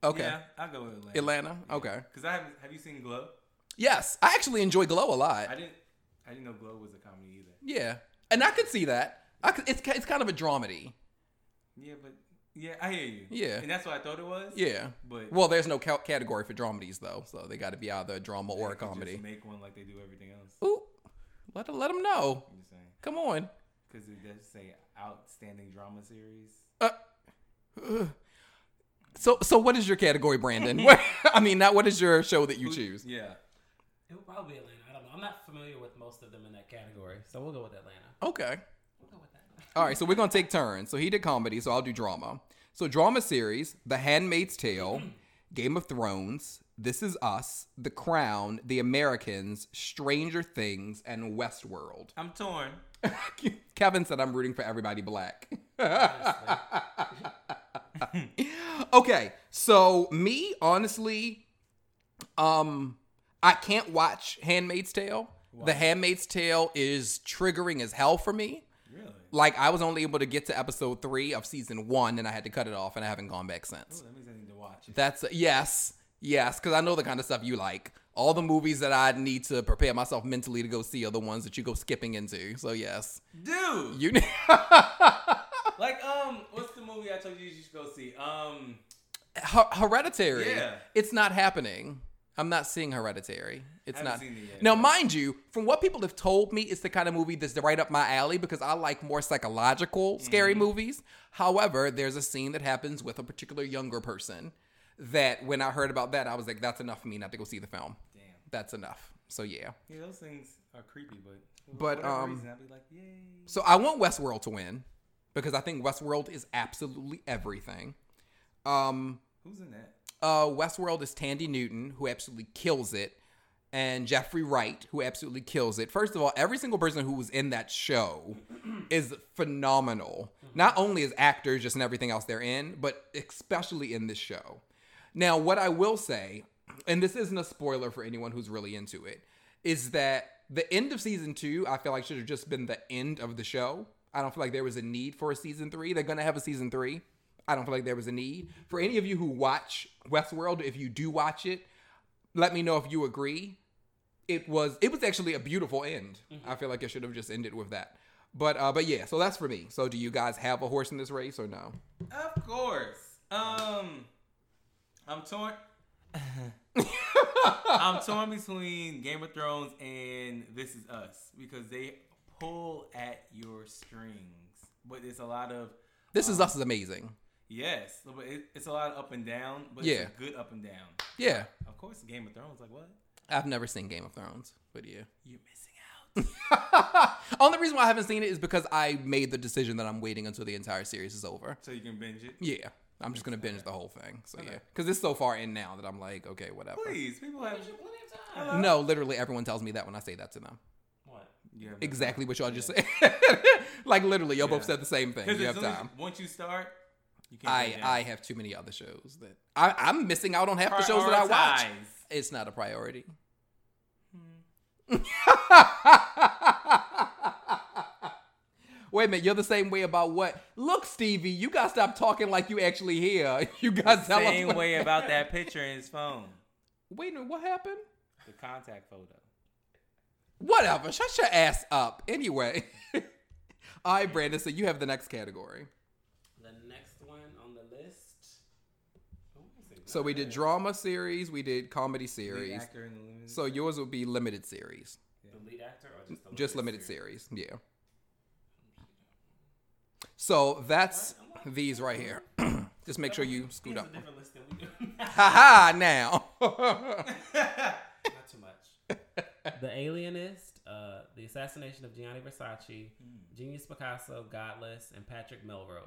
S1: Okay,
S3: Yeah, I'll go with Atlanta.
S1: Atlanta. Okay.
S3: Cause I haven't. Have you seen Glow?
S1: Yes, I actually enjoy Glow a lot.
S3: I didn't. I didn't know Glow was a comedy either.
S1: yeah, and I could see that. I could, it's it's kind of a dramedy.
S3: Yeah, but yeah, I hear you.
S1: Yeah.
S3: And that's what I thought it was.
S1: Yeah.
S3: But
S1: Well, there's no ca- category for dramedies though, so they got to be either a drama or
S3: they
S1: a
S3: could just
S1: comedy.
S3: make one like they do everything else.
S1: Ooh, let let them know.
S3: I'm just saying.
S1: Come on.
S3: Cause it does say outstanding drama series.
S1: Uh, ugh. so so what is your category, Brandon? What- I mean, not what is your show that you
S3: Who-
S1: choose?
S3: Yeah.
S2: It would probably be Atlanta. I don't know. I'm not familiar with most of them in that category, so we'll go with Atlanta. Uh,
S1: Okay.
S2: We'll go with that.
S1: All right, so we're gonna take turns. So he did comedy, so I'll do drama. So drama series: The Handmaid's Tale, Game of Thrones, This Is Us, The Crown, The Americans, Stranger Things, and Westworld.
S3: I'm torn.
S1: Kevin said I'm rooting for everybody black.
S2: Honestly.
S1: okay, so me honestly, um, I can't watch Handmaid's Tale. The Handmaid's Tale is triggering as hell for me.
S3: Really?
S1: Like I was only able to get to episode three of season one, and I had to cut it off, and I haven't gone back
S3: Ooh,
S1: since.
S3: that means I need to watch it.
S1: That's yes, yes, because I know the kind of stuff you like. All the movies that I need to prepare myself mentally to go see are the ones that you go skipping into. So yes,
S3: Dude.
S1: you.
S3: Like um, what's the movie I told you you should go see? Um.
S1: Her- Hereditary.
S3: Yeah.
S1: It's not happening. I'm not seeing Hereditary. It's
S3: Haven't
S1: not.
S3: seen it yet.
S1: Now, mind you, from what people have told me, it's the kind of movie that's right up my alley because I like more psychological scary
S3: Mm-hmm.
S1: movies. However, there's a scene that happens with a particular younger person that when I heard about that, I was like, that's enough for me not to go see the film.
S3: Damn.
S1: That's enough. So, yeah.
S3: Yeah, those things are creepy, but for
S1: But,
S3: whatever
S1: um,
S3: reason, I'd be like, yay.
S1: So I want Westworld to win because I think Westworld is absolutely everything. Um,
S3: Who's in that?
S1: uh, Westworld is Tandy Newton, who absolutely kills it, and Jeffrey Wright, who absolutely kills it. First of all, every single person who was in that show is phenomenal. Not only as actors, just in everything else they're in, but especially in this show. Now, what I will say, and this isn't a spoiler for anyone who's really into it, is that the end of season two, I feel like should have just been the end of the show. I don't feel like there was a need for a season three. They're gonna have a season three. I don't feel like there was a need. For any of you who watch Westworld, if you do watch it, let me know if you agree. It was it was actually a beautiful end. I feel like it should have just ended with that. But uh but yeah, so that's for me. So do you guys have a horse in this race or no?
S3: Of course. Um, I'm torn. I'm torn between Game of Thrones and This Is Us because they pull at your strings, but it's a lot of
S1: This is us is amazing.
S3: yes, but it, it's a lot of up and down, but
S1: Yeah.
S3: it's a good up and down.
S1: Yeah.
S3: Of course, Game of Thrones, like what?
S1: I've never seen Game of Thrones, but yeah.
S3: You're missing out.
S1: Only reason why I haven't seen it is because I made the decision that I'm waiting until the entire series is over.
S3: So you can binge it.
S1: Yeah. I'm just gonna binge the whole thing. So yeah. Because it's so far in now that I'm like, okay, whatever.
S3: Please, people have
S2: Gives you plenty of
S3: Hello?
S2: time.
S1: No, literally everyone tells me that when I say that to them.
S2: What?
S3: you have
S1: Exactly what y'all just said. like literally, y'all both
S3: Yeah.
S1: said the same thing.
S3: Because
S1: You have time.
S3: once you start, you can't.
S1: I
S3: go down.
S1: I have too many other shows that I, I'm missing out on half the shows that I watch.
S3: Prioritize.
S1: It's not a priority.
S3: Hmm.
S1: Wait a minute, you're the same way about what? Look, Stevie, you gotta stop talking like you actually here. You gotta tell us.
S3: Same
S1: what-
S3: way about that picture in his phone,
S1: Wait a minute, what happened?
S3: the contact photo.
S1: Whatever. Shut your ass up. Anyway. All right, Brandon. So you have the next category.
S2: The next one on the list. Oh, Ooh, it's a
S1: So we did drama series, we did comedy
S3: The
S1: series.
S3: actor in the limited.
S1: So yours would be limited series,
S2: The lead actor or just the
S1: just limited series. Yeah. So that's these right here. just make sure you scoot
S2: It's a
S1: up.
S2: different list than we do.
S1: Ha ha! Now.
S2: Not too much. the Alienist, uh, The Assassination of Gianni Versace,
S1: Hmm.
S2: Genius Picasso, Godless, and Patrick Melrose.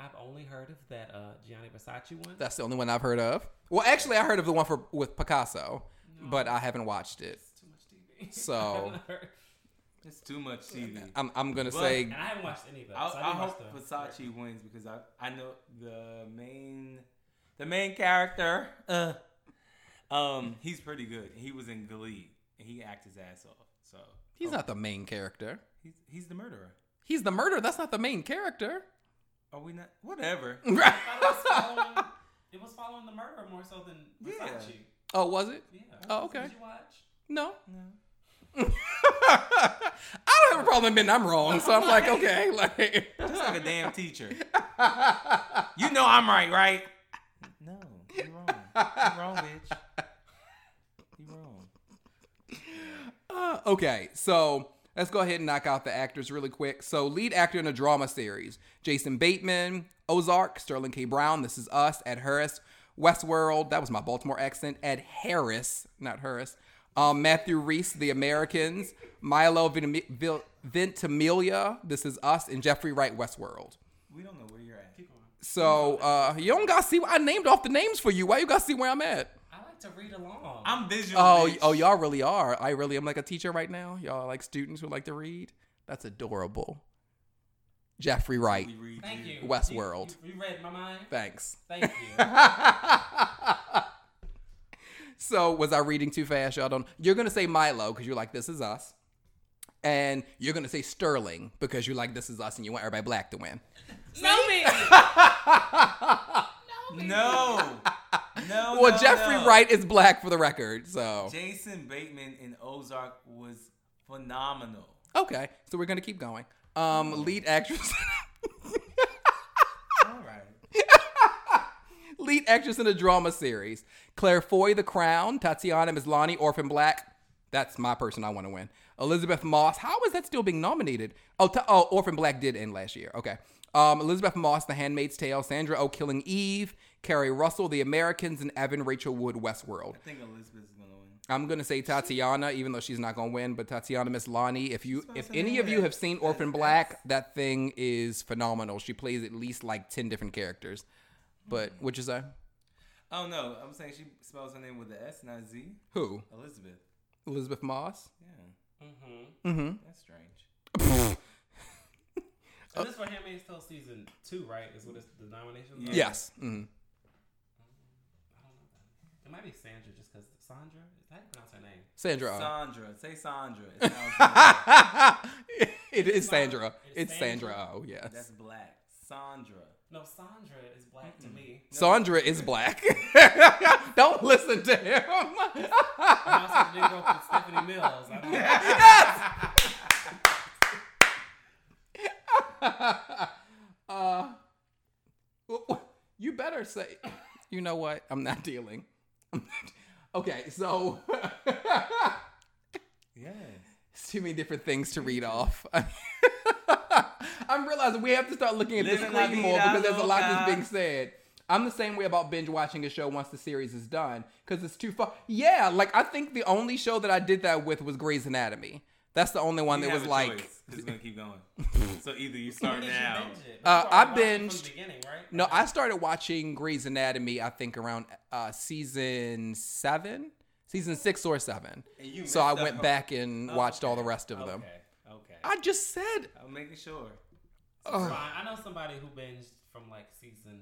S2: I've only heard of that uh, Gianni Versace one.
S1: That's the only one I've heard of. Well, actually, I heard of the one for with Picasso, but I haven't watched it.
S2: That's too much TV.
S1: So-
S2: I've heard-
S3: it's too much TV.
S1: I'm I'm gonna
S3: But-
S1: say
S2: and I haven't watched any of those.
S3: I,
S2: so
S3: I,
S2: I didn't
S3: hope
S2: watch the-
S3: Versace wins because I, I know the main the main character. Uh, um, he's pretty good. He was in Glee and he acted his ass off. So
S1: he's not the main character.
S3: he's he's the murderer.
S1: He's the murderer. That's not the main character.
S3: Are we not? Whatever.
S2: I thought it was following. It was following the murder more so than
S3: Yeah.
S2: Versace.
S1: oh, was it?
S2: Yeah.
S1: Oh, okay.
S2: Did you watch?
S1: No.
S3: No.
S1: I don't have a problem admitting I'm wrong, so I'm like, okay, like.
S3: That's like a damn teacher. You know I'm right, right? No, you're wrong. You're wrong, bitch. You're wrong.
S1: Uh, okay, so let's go ahead and knock out the actors really quick. So, lead actor in a drama series Jason Bateman, Ozark, Sterling K. Brown, This Is Us, Ed Harris, Westworld, that was my Baltimore accent, Ed Harris, not Harris, um, Matthew Reese, The Americans, Milo Ventim- Vil- Ventimiglia, This Is Us, and Jeffrey Wright, Westworld.
S3: We don't know where you're at.
S2: Keep going.
S1: So, uh, you don't gotta see, I named off the names for you. Why you gotta see where I'm at?
S2: I like to read along.
S3: I'm visual.
S1: Oh,
S3: bitch.
S1: oh, y'all really are. I really am like a teacher right now. Y'all are like students who like to read. That's adorable. Jeffrey Wright.
S3: We read
S2: Thank you.
S1: Westworld.
S2: You, you, you read my mind.
S1: Thanks.
S2: Thank you.
S1: So was I reading too fast? Y'all don't. You're gonna say Milo because you're like this is us, and you're gonna say Sterling because you're like this is us, and you want everybody black to win.
S2: no me.
S3: No. No.
S1: Well,
S3: no,
S1: Jeffrey
S3: no.
S1: Wright is black for the record. So
S3: Jason Bateman in Ozark was phenomenal.
S1: okay, so we're gonna keep going. Um, lead actress.
S3: All right.
S1: lead actress in a drama series. Claire Foy, The Crown, Tatiana Maslany, Orphan Black. That's my person I want to win. Elizabeth Moss. How is that still being nominated? Oh, ta- oh Orphan Black did end last year. Okay. Um, Elizabeth Moss, The Handmaid's Tale, Sandra Oh, Killing Eve, Carrie Russell, The Americans, and Evan Rachel Wood, Westworld.
S3: I think Elizabeth is gonna win.
S1: I'm gonna say Tatiana, even though she's not gonna win, but Tatiana Maslany. If you, if any of you have seen Orphan Black, that thing is phenomenal. She plays at least like ten different characters. But what you say?
S3: Oh no, I'm saying she spells her name with a S, not a Z.
S1: Who?
S3: Elizabeth.
S1: Elizabeth Moss.
S3: Yeah,
S2: mm-hmm.
S1: Hmm?
S3: that's strange.
S2: So this for Handmaid's Tale season two, right? Is what it's the nomination?
S3: Yeah.
S1: Yes. Mhm.
S2: I don't know. It might be Sandra, just because Sandra. How do you pronounce her name?
S1: Sandra. Oh.
S3: Sandra, say Sandra. It sounds good.
S1: it is Sandra.
S2: It's
S1: It's
S2: Sandra.
S1: Sandra. Oh,
S3: that's
S1: yes.
S3: black. Sandra.
S2: No, Sandra is black to me.
S1: Sandra is black. Don't listen to him.
S2: I'm also the girl from Stephanie Mills. I don't know.
S1: Uh, w- w- you better say. You know what? I'm not dealing. okay, so
S3: Yes.
S1: it's too many different things to read off. I'm realizing we have to start looking at this
S3: Living la
S1: screen more
S3: vida
S1: because there's a lot that's
S3: loca.
S1: being said. I'm the same way about binge watching a show once the series is done because it's too far. Yeah, like I think the only show that I did that with was Grey's Anatomy. That's the only one
S3: You
S1: that
S3: have
S1: was
S3: a
S1: like.
S3: choice. It's gonna keep going. so either you start
S2: Did you
S3: Oh, now.
S2: binge it?
S1: Uh,
S2: You
S1: I
S2: watched it from
S1: binged-
S2: the beginning, right?
S1: No, I started watching Grey's Anatomy. I think around uh, season seven, season six or seven.
S3: And you
S1: So I
S3: messed up
S1: went
S3: her-
S1: back and watched all the rest of them.
S3: Okay. Okay.
S1: I just said
S3: I'm making sure.
S2: It's
S1: Ugh.
S2: fine. I know somebody who binged from like season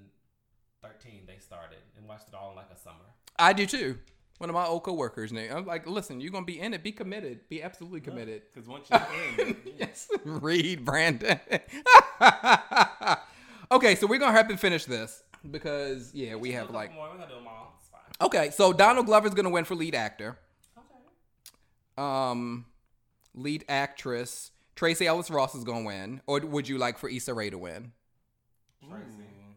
S2: thirteen. They started and watched it all in like a summer.
S1: I do too. One of my old coworkers' name. I'm like, listen, you're gonna be in it. Be committed. Be absolutely committed.
S3: Because once you're in,
S1: yes, read Brandon. okay, so we're gonna have to finish this because yeah, we have like
S2: more. We're gonna do them all. It's fine.
S1: okay. So Donald Glover's gonna win for lead actor.
S2: Okay.
S1: Um, lead actress Tracy Ellis Ross is gonna win, or would you like for Issa Rae to win?
S2: Tracy.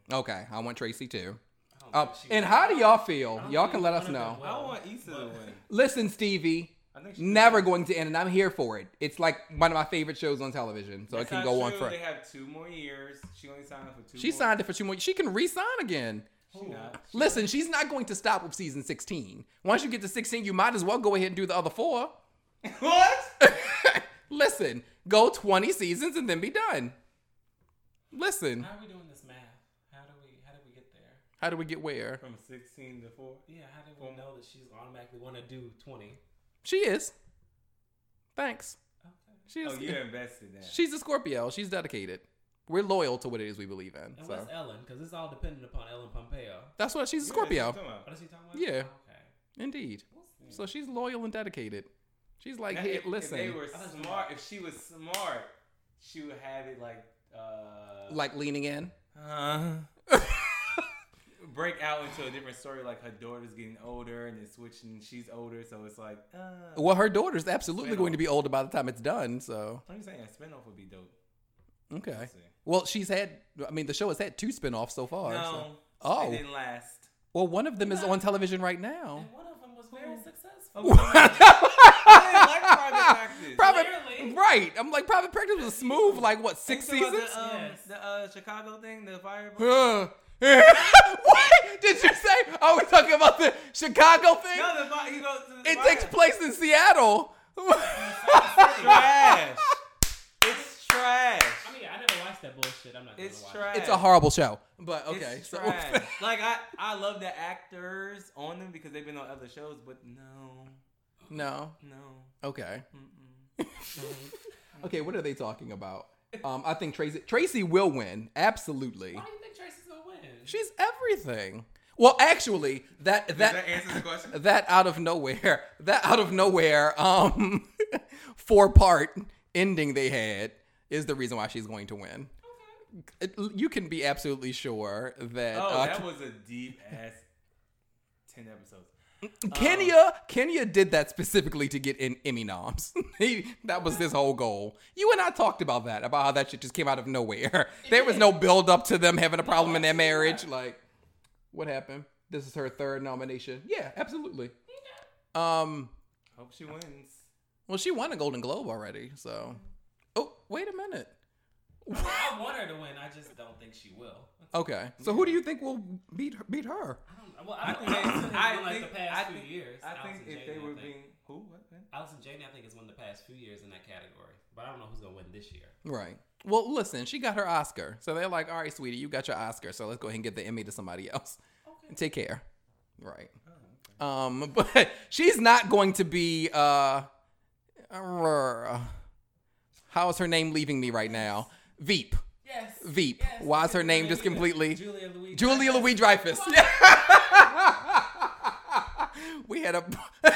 S3: Hmm.
S1: Okay, I want Tracy too.
S2: I don't
S1: Um,
S2: think she-
S1: and how do y'all feel?
S2: I don't
S1: Y'all
S2: think
S1: can let
S2: one
S1: us
S2: of them
S1: know.
S2: will.
S3: I want Issa to
S2: But-
S3: win.
S1: Listen, Stevie,
S3: I think she-
S1: never going to end, and I'm here for it. It's like one of my favorite shows on television, so
S3: That's
S1: it can
S3: not
S1: go on
S3: true.
S1: for.
S3: They have two more years. She only signed for two.
S1: She
S3: more.
S1: signed it for two more. She can re-sign again.
S3: She not.
S1: Listen, she's not going to stop with season 16. Once you get to 16, you might as well go ahead and do the other four.
S3: what?
S1: Listen, go 20 seasons and then be done. Listen,
S2: How are we doing this math? How do we? How did we get there?
S1: how do we get where?
S3: From sixteen to four.
S2: Yeah. How did we know that she's automatically want to do twenty?
S1: She is. Thanks.
S2: Okay.
S1: She is.
S3: Oh, you're invested now.
S1: She's a Scorpio. She's dedicated. We're loyal to what it is we believe in.
S2: And
S1: So
S2: what's Ellen? Because it's all dependent upon Ellen Pompeo.
S1: that's what she's a Scorpio.
S2: What is she talking about?
S1: Yeah.
S2: Okay.
S1: Indeed. So she's loyal and dedicated. She's like,
S3: Now,
S1: hey,
S3: if,
S1: listen,
S3: If they were
S2: that's
S3: smart, if she was smart, she would have it like. Uh,
S1: like leaning in.
S3: Uh, break out into a different story, like her daughter's getting older and then switching. She's older, so it's like. Uh,
S1: Well, her daughter's absolutely
S3: Right
S1: going
S3: on.
S1: to be older by the time it's done. So
S3: I'm just saying, a spinoff would be dope.
S1: okay.
S3: Let's see.
S1: Well, she's had. I mean, the show has had two spinoffs so far. so-
S3: No,
S1: Oh.
S3: it didn't last.
S1: Well, one of them is on television right now.
S2: And one of them was very successful.
S3: Oh, I didn't like private practice.
S1: Private,
S2: Clearly.
S1: right? I'm like, Private Practice was a smooth, like what six
S3: Think about
S1: seasons?
S3: The, um,
S2: Yes.
S3: the uh, Chicago thing, the fireball.
S1: Uh, what did you say? Are we talking about the Chicago thing?
S3: No, the fi- he goes to the
S1: it takes
S3: fire.
S1: place in Seattle.
S3: trash. It's trash.
S2: I mean, I never watched that bullshit. I'm not gonna
S3: It's
S2: watch
S3: trash.
S1: it's a horrible show, but
S3: It's
S1: okay. so-
S3: trash. like I, I love the actors on them because they've been on other shows, but no,
S1: no,
S3: no.
S1: okay.
S3: Mm-mm.
S1: Okay, what are they talking about? Um, I think Tracy Tracy will win. Absolutely.
S2: it. Why do you think Tracy's gonna win?
S1: She's everything. Well, actually, that that
S3: that answer the question?
S1: that out of nowhere, that out of nowhere, um, four part ending they had is the reason why she's going to win. It- You can be absolutely sure that,
S3: Oh,
S1: uh,
S3: that was a deep ass ten episodes.
S1: Kenya Kenya did that specifically to get in Emmy noms. he, that was his whole goal. You and I talked about that about how that shit just came out of nowhere. there was no build up to them having a problem in their marriage. Like, what happened? This is her third nomination. Yeah, absolutely. Um.
S3: Hope she wins.
S1: Well, she won a Golden Globe already, so. Oh, wait a minute.
S2: I want her to win. I just don't think she will.
S1: Okay, so who do you think will beat her, beat her?
S2: I don't. Well,
S3: I
S2: I,
S3: think,
S2: think Allison
S3: they-
S2: has
S3: I
S2: won like
S3: think-
S2: the past
S3: I
S2: few
S3: think-
S2: years.
S3: I think
S2: Allison
S3: if
S2: Janney,
S3: they
S2: I
S3: were
S2: think.
S3: being who, what, man?
S2: Allison Janney, I think has won the past few years in that category, but I don't know who's gonna win this year.
S1: Right. Well, listen, she got her Oscar, so they're like, all right, sweetie, you got your Oscar, so let's go ahead and get the Emmy to somebody else.
S2: Okay.
S1: Take care. Right. Um, but she's not going to be. uh uh, How is her name leaving me right now? Veep.
S2: Yes.
S1: Veep. Why is her name just completely?
S2: Julia Louis.
S1: Julia Louis Dreyfus. we had a.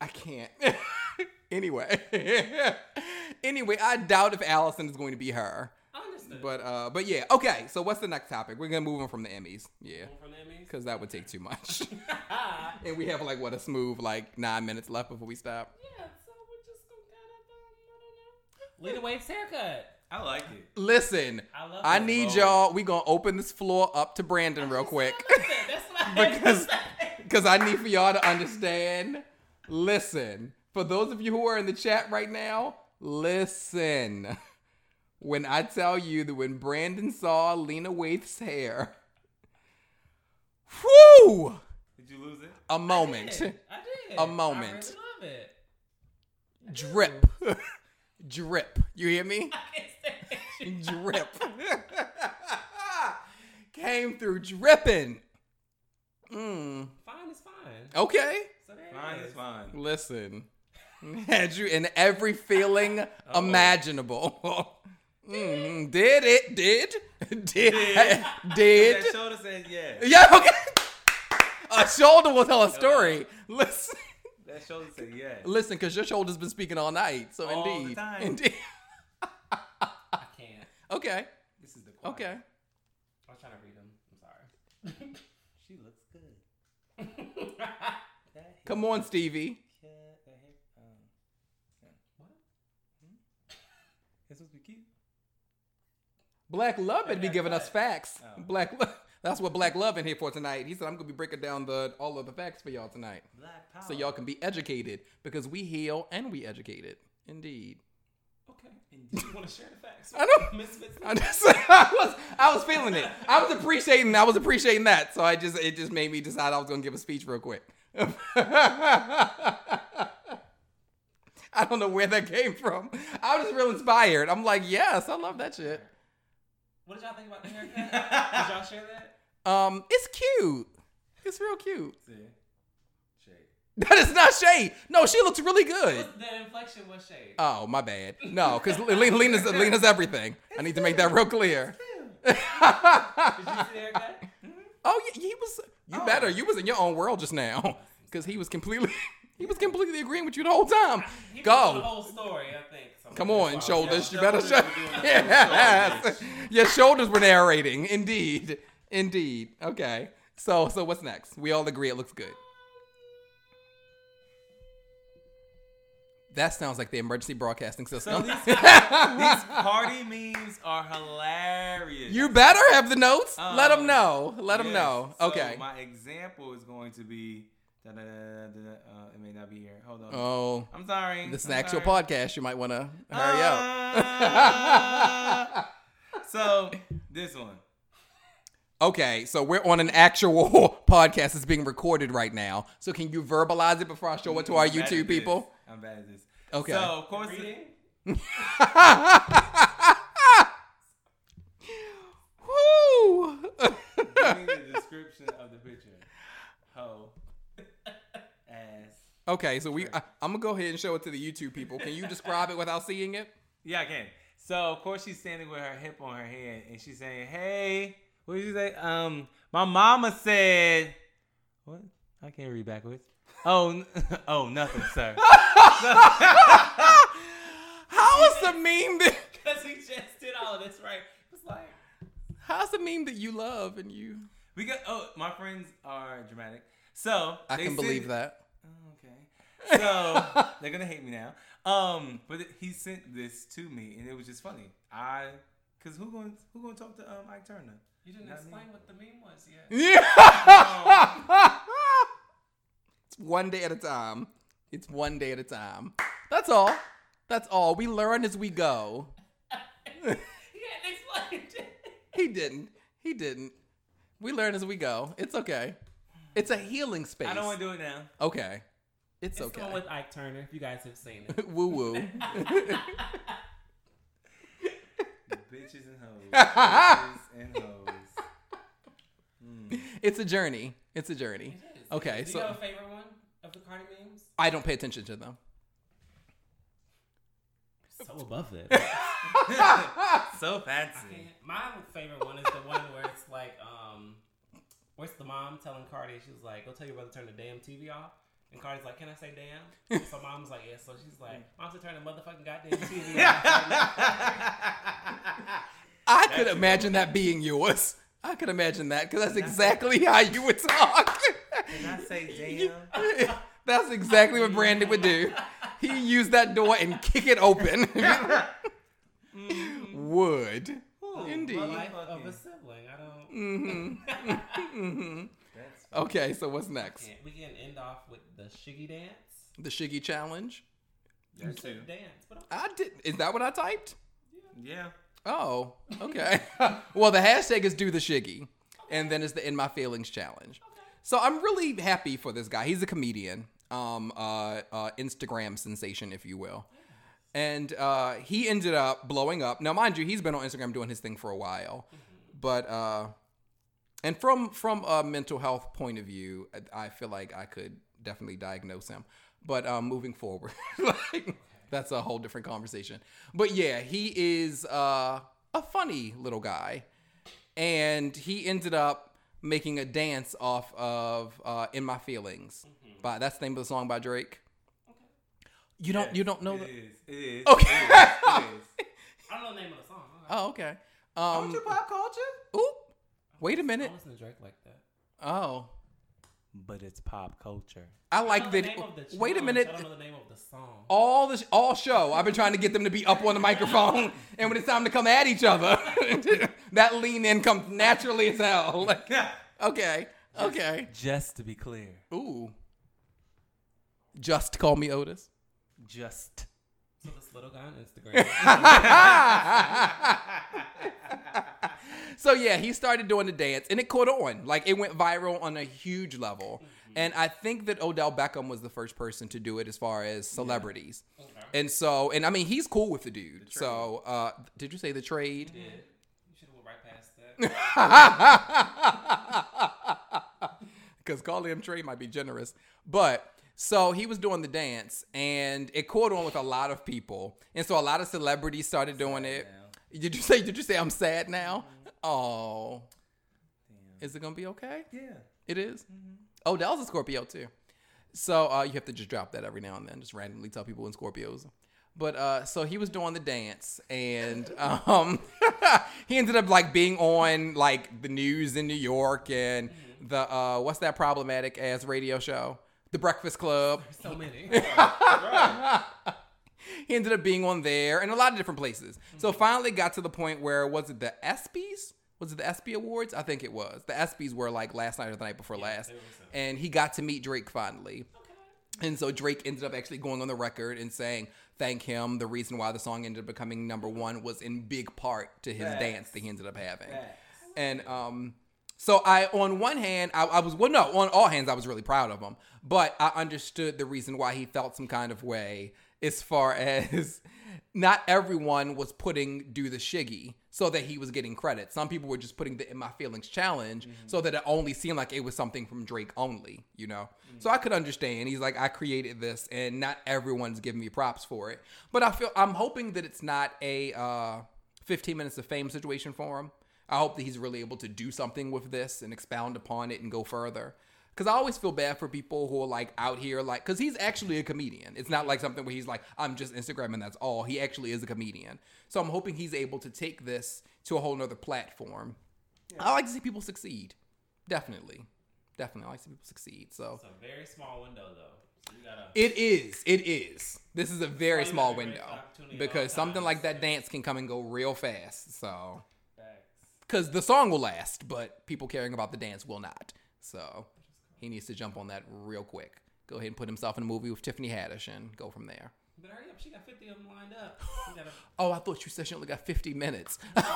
S1: I can't. anyway. anyway, I doubt if Allison is going to be her.
S2: I understand.
S1: But uh, but yeah. Okay. So what's the next topic? We're gonna move on from the Emmys. Yeah.
S2: From the Emmys?
S1: Because that would take too much.
S2: Ah,
S1: and we have like what a smooth like nine minutes left before we stop.
S2: yeah, so we're just gonna kind of, um, I don't know. Lena Waite's haircut.
S3: I like it.
S1: Listen,
S2: I love
S1: I
S2: it.
S1: need
S3: Whoa.
S1: y'all. We gonna open this floor up to Brandon real quick.
S2: That's what I had to
S1: Because-
S2: say.
S1: Because I need for y'all to understand. Listen, for those of you who are in the chat right now, listen. When I tell you that when Brandon saw Lena Waith's hair, whoo,
S3: Did you lose it?
S1: a
S2: I
S1: moment,
S2: did. I did.
S1: A moment.
S2: I really love it.
S1: drip, drip. You hear me?
S2: I can't stand you.
S1: Drip. Came through dripping. Mm.
S2: Fine is fine.
S1: Okay.
S2: So there it
S3: Fine, it's fine.
S1: Listen, had you in every feeling imaginable. Mm, did it? Did? Did? Did?
S3: That shoulder says yes.
S1: Yeah, okay. a shoulder will tell a story. Listen,
S3: That shoulder said yes.
S1: listen, because your shoulder's been speaking all night. So
S3: All the
S1: indeed,
S3: time.
S1: indeed.
S2: I can't.
S1: Okay,
S3: This is the choir.
S1: okay.
S2: I was trying to read them. I'm sorry.
S3: She looks good. That
S1: Come on, Stevie.
S3: haircut, that hair, um, yeah. what? Hmm? It's supposed to be cute.
S1: Black Love better be
S2: Haircut.
S1: giving us facts.
S3: Oh.
S1: Black Love. That's what Black Love in here for tonight. He said I'm gonna be breaking down the all of the facts for y'all tonight,
S3: Black power.
S1: so y'all can be educated because we heal and we educated. Indeed.
S2: okay.
S3: Indeed.
S2: You want to share the facts?
S1: I know.
S2: Miss Fitz-
S1: I, just, I was I was feeling it. I was appreciating I was appreciating that. So I just it just made me decide I was gonna give a speech real quick. I don't know where that came from. I was just real inspired. I'm like, yes, I love that shit.
S2: What did y'all think about the haircut? did y'all share that?
S1: Um, it's cute. It's real cute.
S3: See? Shake.
S1: That is not shade. No, she looks really good.
S2: Was- The inflection was shade.
S1: Oh, my bad. No, because Lena's Lena's everything. I need to make that real clear.
S2: did you see the haircut?
S1: Oh, yeah, he was. You
S3: Oh.
S1: better. You was in your own world just now, because he was completely, he was completely agreeing with you the whole time.
S2: He told The
S1: Go.
S2: whole story, I think. So
S1: Come on,
S2: that's why I was-
S1: shoulders.
S3: Yeah,
S1: You better.
S3: shoulders
S1: Sh-
S3: were doing that.
S1: yes. Your shoulders were narrating. Indeed. Indeed. Okay. So, so what's next? We all agree it looks good. That sounds like the emergency broadcasting
S3: So
S1: system.
S3: these, these party memes are hilarious.
S1: you better have the notes. Let them
S3: Um,
S1: know. Let them
S3: Yes.
S1: know.
S3: So
S1: Okay.
S3: my example is going to be. Da, da, da, da, da, uh, it may not be here. Hold on.
S1: oh,
S3: I'm sorry.
S1: this is
S3: I'm
S1: an actual
S3: sorry.
S1: podcast. You might want to hurry up.
S3: Ah. so this one.
S1: Okay, so we're on an actual podcast that's being recorded right now. So can you verbalize it before I show it to our
S3: I'm bad at
S1: YouTube
S3: this.
S1: people?
S3: I'm bad at this.
S1: Okay.
S3: So of course,
S2: Reading?
S1: Woo!
S3: give me the description of the picture. Ho, ass.
S1: okay, so we I, I'm gonna go ahead and show it to the YouTube people. Can you describe it without seeing it?
S3: Yeah, I can. So of course she's standing with her hip on her hand, and she's saying, "Hey, what did you say? Um, my mama said what? I can't read backwards. Oh, n- oh, nothing, sir.
S1: How is the meme that
S2: Because he just did all of this right. It's like,
S1: how's the meme that you love and you
S3: we got. Oh, my friends are dramatic. So
S1: I
S3: they
S1: can
S3: sit-
S1: believe that.
S3: Oh, Okay. So they're gonna hate me now. Um, but he sent this to me, and it was just funny. I, cause who going to who gonna talk to um Ike Turner?
S2: you didn't
S3: Not me.
S2: explain what the meme was yet.
S1: Yeah. it's one day at a time. It's one day at a time. That's all. That's all. We learn as we go.
S2: He hadn't explained it.
S1: He didn't. He didn't. We learn as we go. It's okay. It's a healing space.
S3: I don't want to do it now.
S1: okay. It's,
S2: It's the one
S1: okay.
S2: with Ike Turner, if you guys have seen it.
S1: Woo woo.
S3: Bitches and hoes. Bitches and hoes.
S1: it's a journey. It's a journey.
S2: It is.
S1: Okay,
S2: Do
S1: so-
S2: you have a favorite one of the Cardi memes?
S1: I don't pay attention to them.
S2: So above it.
S3: So fancy.
S2: My favorite one is the one where it's like, um, where's the mom telling Cardi? She's like, "Go tell your brother to turn the damn TV off." And Cardi's like, "Can I say damn?" so mom's like, "Yeah." So she's like, "Mom to turn the motherfucking goddamn TV off." right now."
S1: I could imagine that being yours. I could imagine that because that's exactly how you would talk.
S3: Can I say damn?
S1: That's exactly what Brandon would do. He used that door and kick it open. would. Indeed.
S2: The life of a sibling. I don't.
S1: Mm.
S3: That's
S1: Okay, so what's next?
S2: Yeah, we can end off with the Shiggy dance.
S1: The Shiggy challenge.
S3: you too.
S2: Shiggy dance. But I'm-
S1: I did. Is that what I typed?
S3: Yeah.
S1: Oh, okay. well, the hashtag is do the Shiggy, and then it's the in my feelings challenge. So I'm really happy for this guy. He's a comedian, um, uh, uh, Instagram sensation, if you will. And uh, he ended up blowing up. Now, mind you, he's been on Instagram doing his thing for a while, but uh, and from from a mental health point of view, I- I feel like I could definitely diagnose him. But um, moving forward, like that's a whole different conversation. But yeah, he is uh, a funny little guy, and he ended up making a dance off of uh, "In My Feelings." By that's the name of the song by Drake. You don't you don't know
S3: It
S1: the
S3: is. It is.
S1: Okay.
S3: It is. It is.
S2: I don't know the name of the song. I
S1: Oh okay. Um.
S3: Culture, pop culture.
S1: oop. Wait a minute.
S2: don't listen to Drake like that.
S1: Oh,
S3: But it's pop culture.
S1: I
S2: I
S1: like
S2: know the
S1: that.
S2: name of the
S1: Wait a
S2: challenge,
S1: minute. Oh.
S2: I don't know the name of the song.
S1: All the all show, I've been trying to get them to be up on the microphone, and when it's time to come at each other, that lean in comes naturally as hell. Like, okay, okay.
S3: Just to be clear,
S1: Ooh. Just call me Otis.
S3: just
S2: So this little guy on Instagram.
S1: So yeah, he started doing the dance and it caught on. Like it went viral on a huge level. And I think that Odell Beckham was the first person to do it as far as celebrities. And so and I mean he's cool with the dude. so uh did you say the trade?
S2: Yeah. You should have went right past that.
S1: Because calling him Trey might be generous. But so he was doing the dance and it caught on with a lot of people. And so a lot of celebrities started doing it. Did you say did you say I'm sad now? Oh. Is it gonna be okay?
S3: yeah.
S1: It is? Oh, that was a Scorpio too. So uh, you have to just drop that every now and then, just randomly tell people when Scorpios. But uh, so he was doing the dance, and um, he ended up like being on like the news in New York and the uh, what's that problematic ass radio show, The Breakfast Club.
S2: So many.
S1: He ended up being on there and a lot of different places. So
S3: Mm-hmm.
S1: finally got to the point where was it the ESPYS? Was it the ESPY Awards? I think it was. The ESPYS were like last night or the night before last. And he got to meet Drake finally. And so Drake ended up actually going on the record and saying, thank him. The reason why the song ended up becoming number one was in big part to his
S3: Facts.
S1: dance that he ended up having.
S3: Facts.
S1: And um, so I, on one hand, I, I was well, no, on all hands, I was really proud of him. But I understood the reason why he felt some kind of way as far as not everyone was putting do the shiggy so that he was getting credit. Some people were just putting the in my feelings challenge so that it only seemed like it was something from Drake only, you know. So I could understand. He's like, I created this, and not everyone's giving me props for it. But I feel I'm hoping that it's not a. Uh, 15 minutes of fame situation for him. I hope that he's really able to do something with this and expound upon it and go further. Cause I always feel bad for people who are like out here, like, cause he's actually a comedian. It's not like something where he's like, I'm just Instagram and that's all. He actually is a comedian. So I'm hoping he's able to take this to a whole nother platform. I like to see people succeed. Definitely. Definitely. I like to see people succeed. So
S2: It's a very small window though. So you gotta
S1: it is. It is. This is a very
S2: why you
S1: small
S2: gotta be ready
S1: window
S2: for opportunity at all
S1: because something
S2: times.
S1: like that dance can come and go real fast. So
S2: facts.
S1: because the song will last, but people caring about the dance will not. So he needs to jump on that real quick. Go ahead and put himself in a movie with Tiffany Haddish and go from there.
S2: But hurry up, she got fifty of them lined up. You gotta
S1: Oh, I thought you said she only got 50 minutes.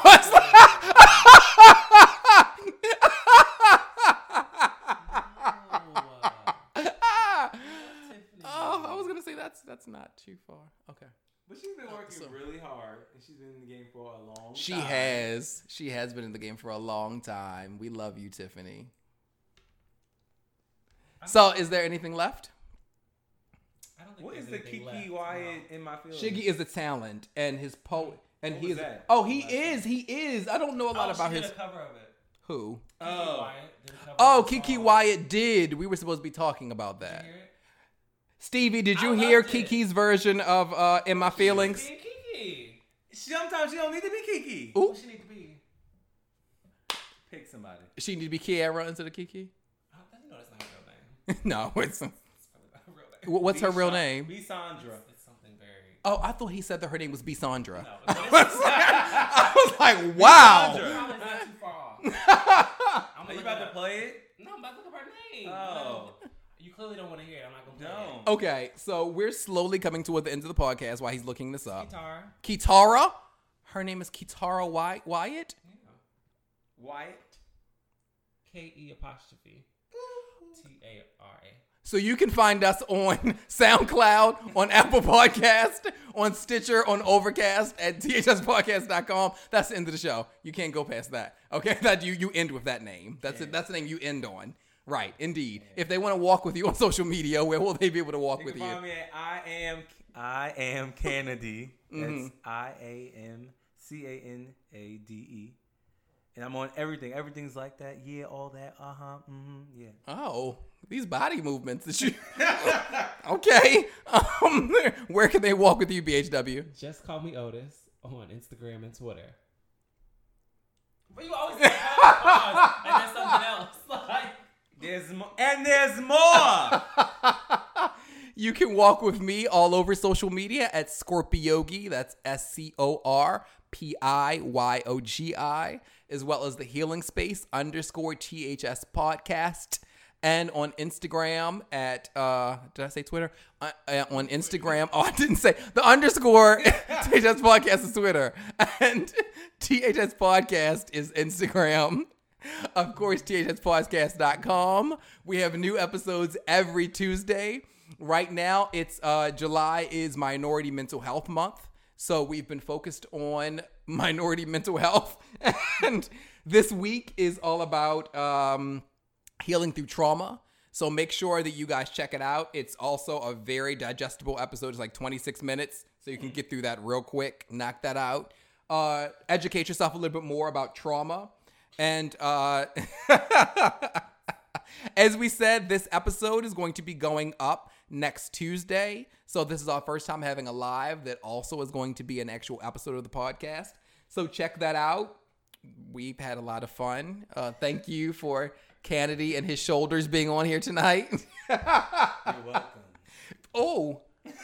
S2: oh, uh, Tiffany.
S1: Oh, I was gonna say that's that's not too far. Okay.
S3: But she's been working really hard, and she's been in the game for a long
S1: Uh, She
S3: time.
S1: has she has been in the game for a long time. We love you, Tiffany. So, is there anything left?
S2: I don't think
S3: What
S2: there's
S3: is the
S2: anything
S3: Kiki
S2: left.
S3: Wyatt in my feelings?
S1: Shiggy is a talent, and his poet, and
S3: What
S1: he
S3: was
S1: is.
S3: that?
S1: Oh, he
S3: Last
S1: is. He is. I don't know a
S2: No.
S1: lot
S2: Oh,
S1: about
S2: she did
S1: his
S2: a cover of it.
S1: who.
S2: Kiki
S3: Oh,
S2: Wyatt did a cover
S1: Oh,
S2: of the
S1: Kiki
S2: song.
S1: Wyatt did. We were supposed to be talking about
S2: Did
S1: that.
S2: you hear it?
S1: Stevie, did
S2: I
S1: you hear
S2: loved it.
S1: Kiki's version of uh, "In My Feelings"?
S2: Being Kiki.
S3: sometimes you don't need to be Kiki.
S1: Ooh.
S2: What she need to be?
S3: Pick somebody.
S1: She need to be Kiara instead of Kiki.
S2: I don't know. That's not her real name.
S1: no, it's
S2: It's probably not her real name.
S1: wh- what's her
S3: Be
S1: real
S3: Sa-
S1: name?
S3: Be Sandra.
S2: It's something very.
S1: Oh, I thought he said that her name was Bisandra.
S2: No,
S1: I was like, wow.
S3: Sandra.
S2: Probably not too far off. I'm
S3: Are
S2: gonna
S3: you
S2: look
S3: about
S2: it
S3: to
S2: up.
S3: play it?
S2: No, I'm about to look up her name.
S3: Oh.
S2: You clearly don't want to hear it. I'm not gonna play
S3: No.
S1: Okay, so we're slowly coming toward the end of the podcast while he's looking this
S2: it.
S1: up.
S2: Guitar.
S1: Kitara, her name is Kitara Wy- Wyatt.
S2: Yeah.
S3: Wyatt.
S2: K E apostrophe T A R A.
S1: So you can find us on SoundCloud, on Apple Podcast, on Stitcher, on Overcast at thspodcast.com. That's the end of the show. You can't go past that. Okay, that you you end with that name. That's it. That's the name you end on. Right, indeed. If they want to walk with you on social media, where will they be able to walk
S3: You
S1: with
S3: can
S1: you?
S3: find me at I am I am
S1: Mm-hmm.
S3: Kennedy. That's I A M C A N A D E. and I'm on everything. Everything's like that. Yeah, all that. Uh huh. Mm-hmm. Yeah.
S1: Oh, these body movements that you. okay. Um, where can they walk with you, BHW?
S2: Just call me Otis on Instagram and Twitter. But you always say us, and then something else. Like,
S3: There's mo- and there's more.
S1: You can walk with me all over social media at Scorpiogi. That's S C O R P I Y O G I, as well as the Healing Space underscore THS podcast. And on Instagram at, uh, did I say Twitter? Uh, uh, on Instagram, oh, I didn't say the underscore THS podcast is Twitter. And THS podcast is Instagram of course, thspodcast.com. We have new episodes every Tuesday. Right now, it's uh, July is Minority Mental Health Month, so we've been focused on minority mental health, and this week is all about um, healing through trauma. So make sure that you guys check it out. It's also a very digestible episode. It's like 26 minutes, so you can get through that real quick, knock that out. Uh, educate yourself a little bit more about trauma. And uh, as we said, this episode is going to be going up next Tuesday. So this is our first time having a live that also is going to be an actual episode of the podcast. So check that out. We've had a lot of fun. Uh, thank you for Kennedy and his shoulders being on here tonight.
S3: You're welcome.
S1: Oh,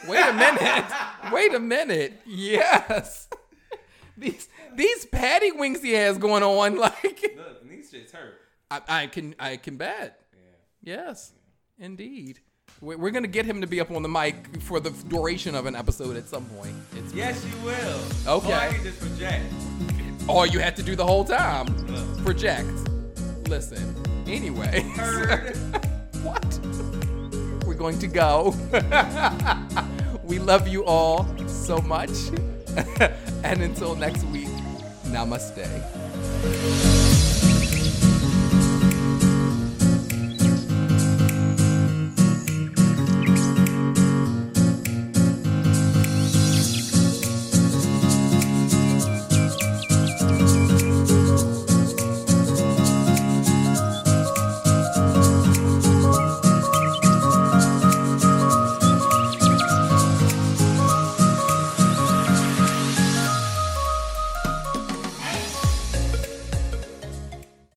S1: wait a minute. wait a minute. Yes. These these patty wings he has going on, like
S3: Look, and these shits hurt.
S1: I, I can I can bet.
S3: Yeah.
S1: Yes, indeed. We- We're gonna get him to be up on the mic for the duration of an episode at some point. It's
S3: Yes, you will.
S1: Okay.
S3: Or I can just project.
S1: all you had to do the whole time.
S3: Look.
S1: Project. Listen. Anyway.
S3: Heard.
S1: what? We're going to go. we love you all so much. and until next week, namaste.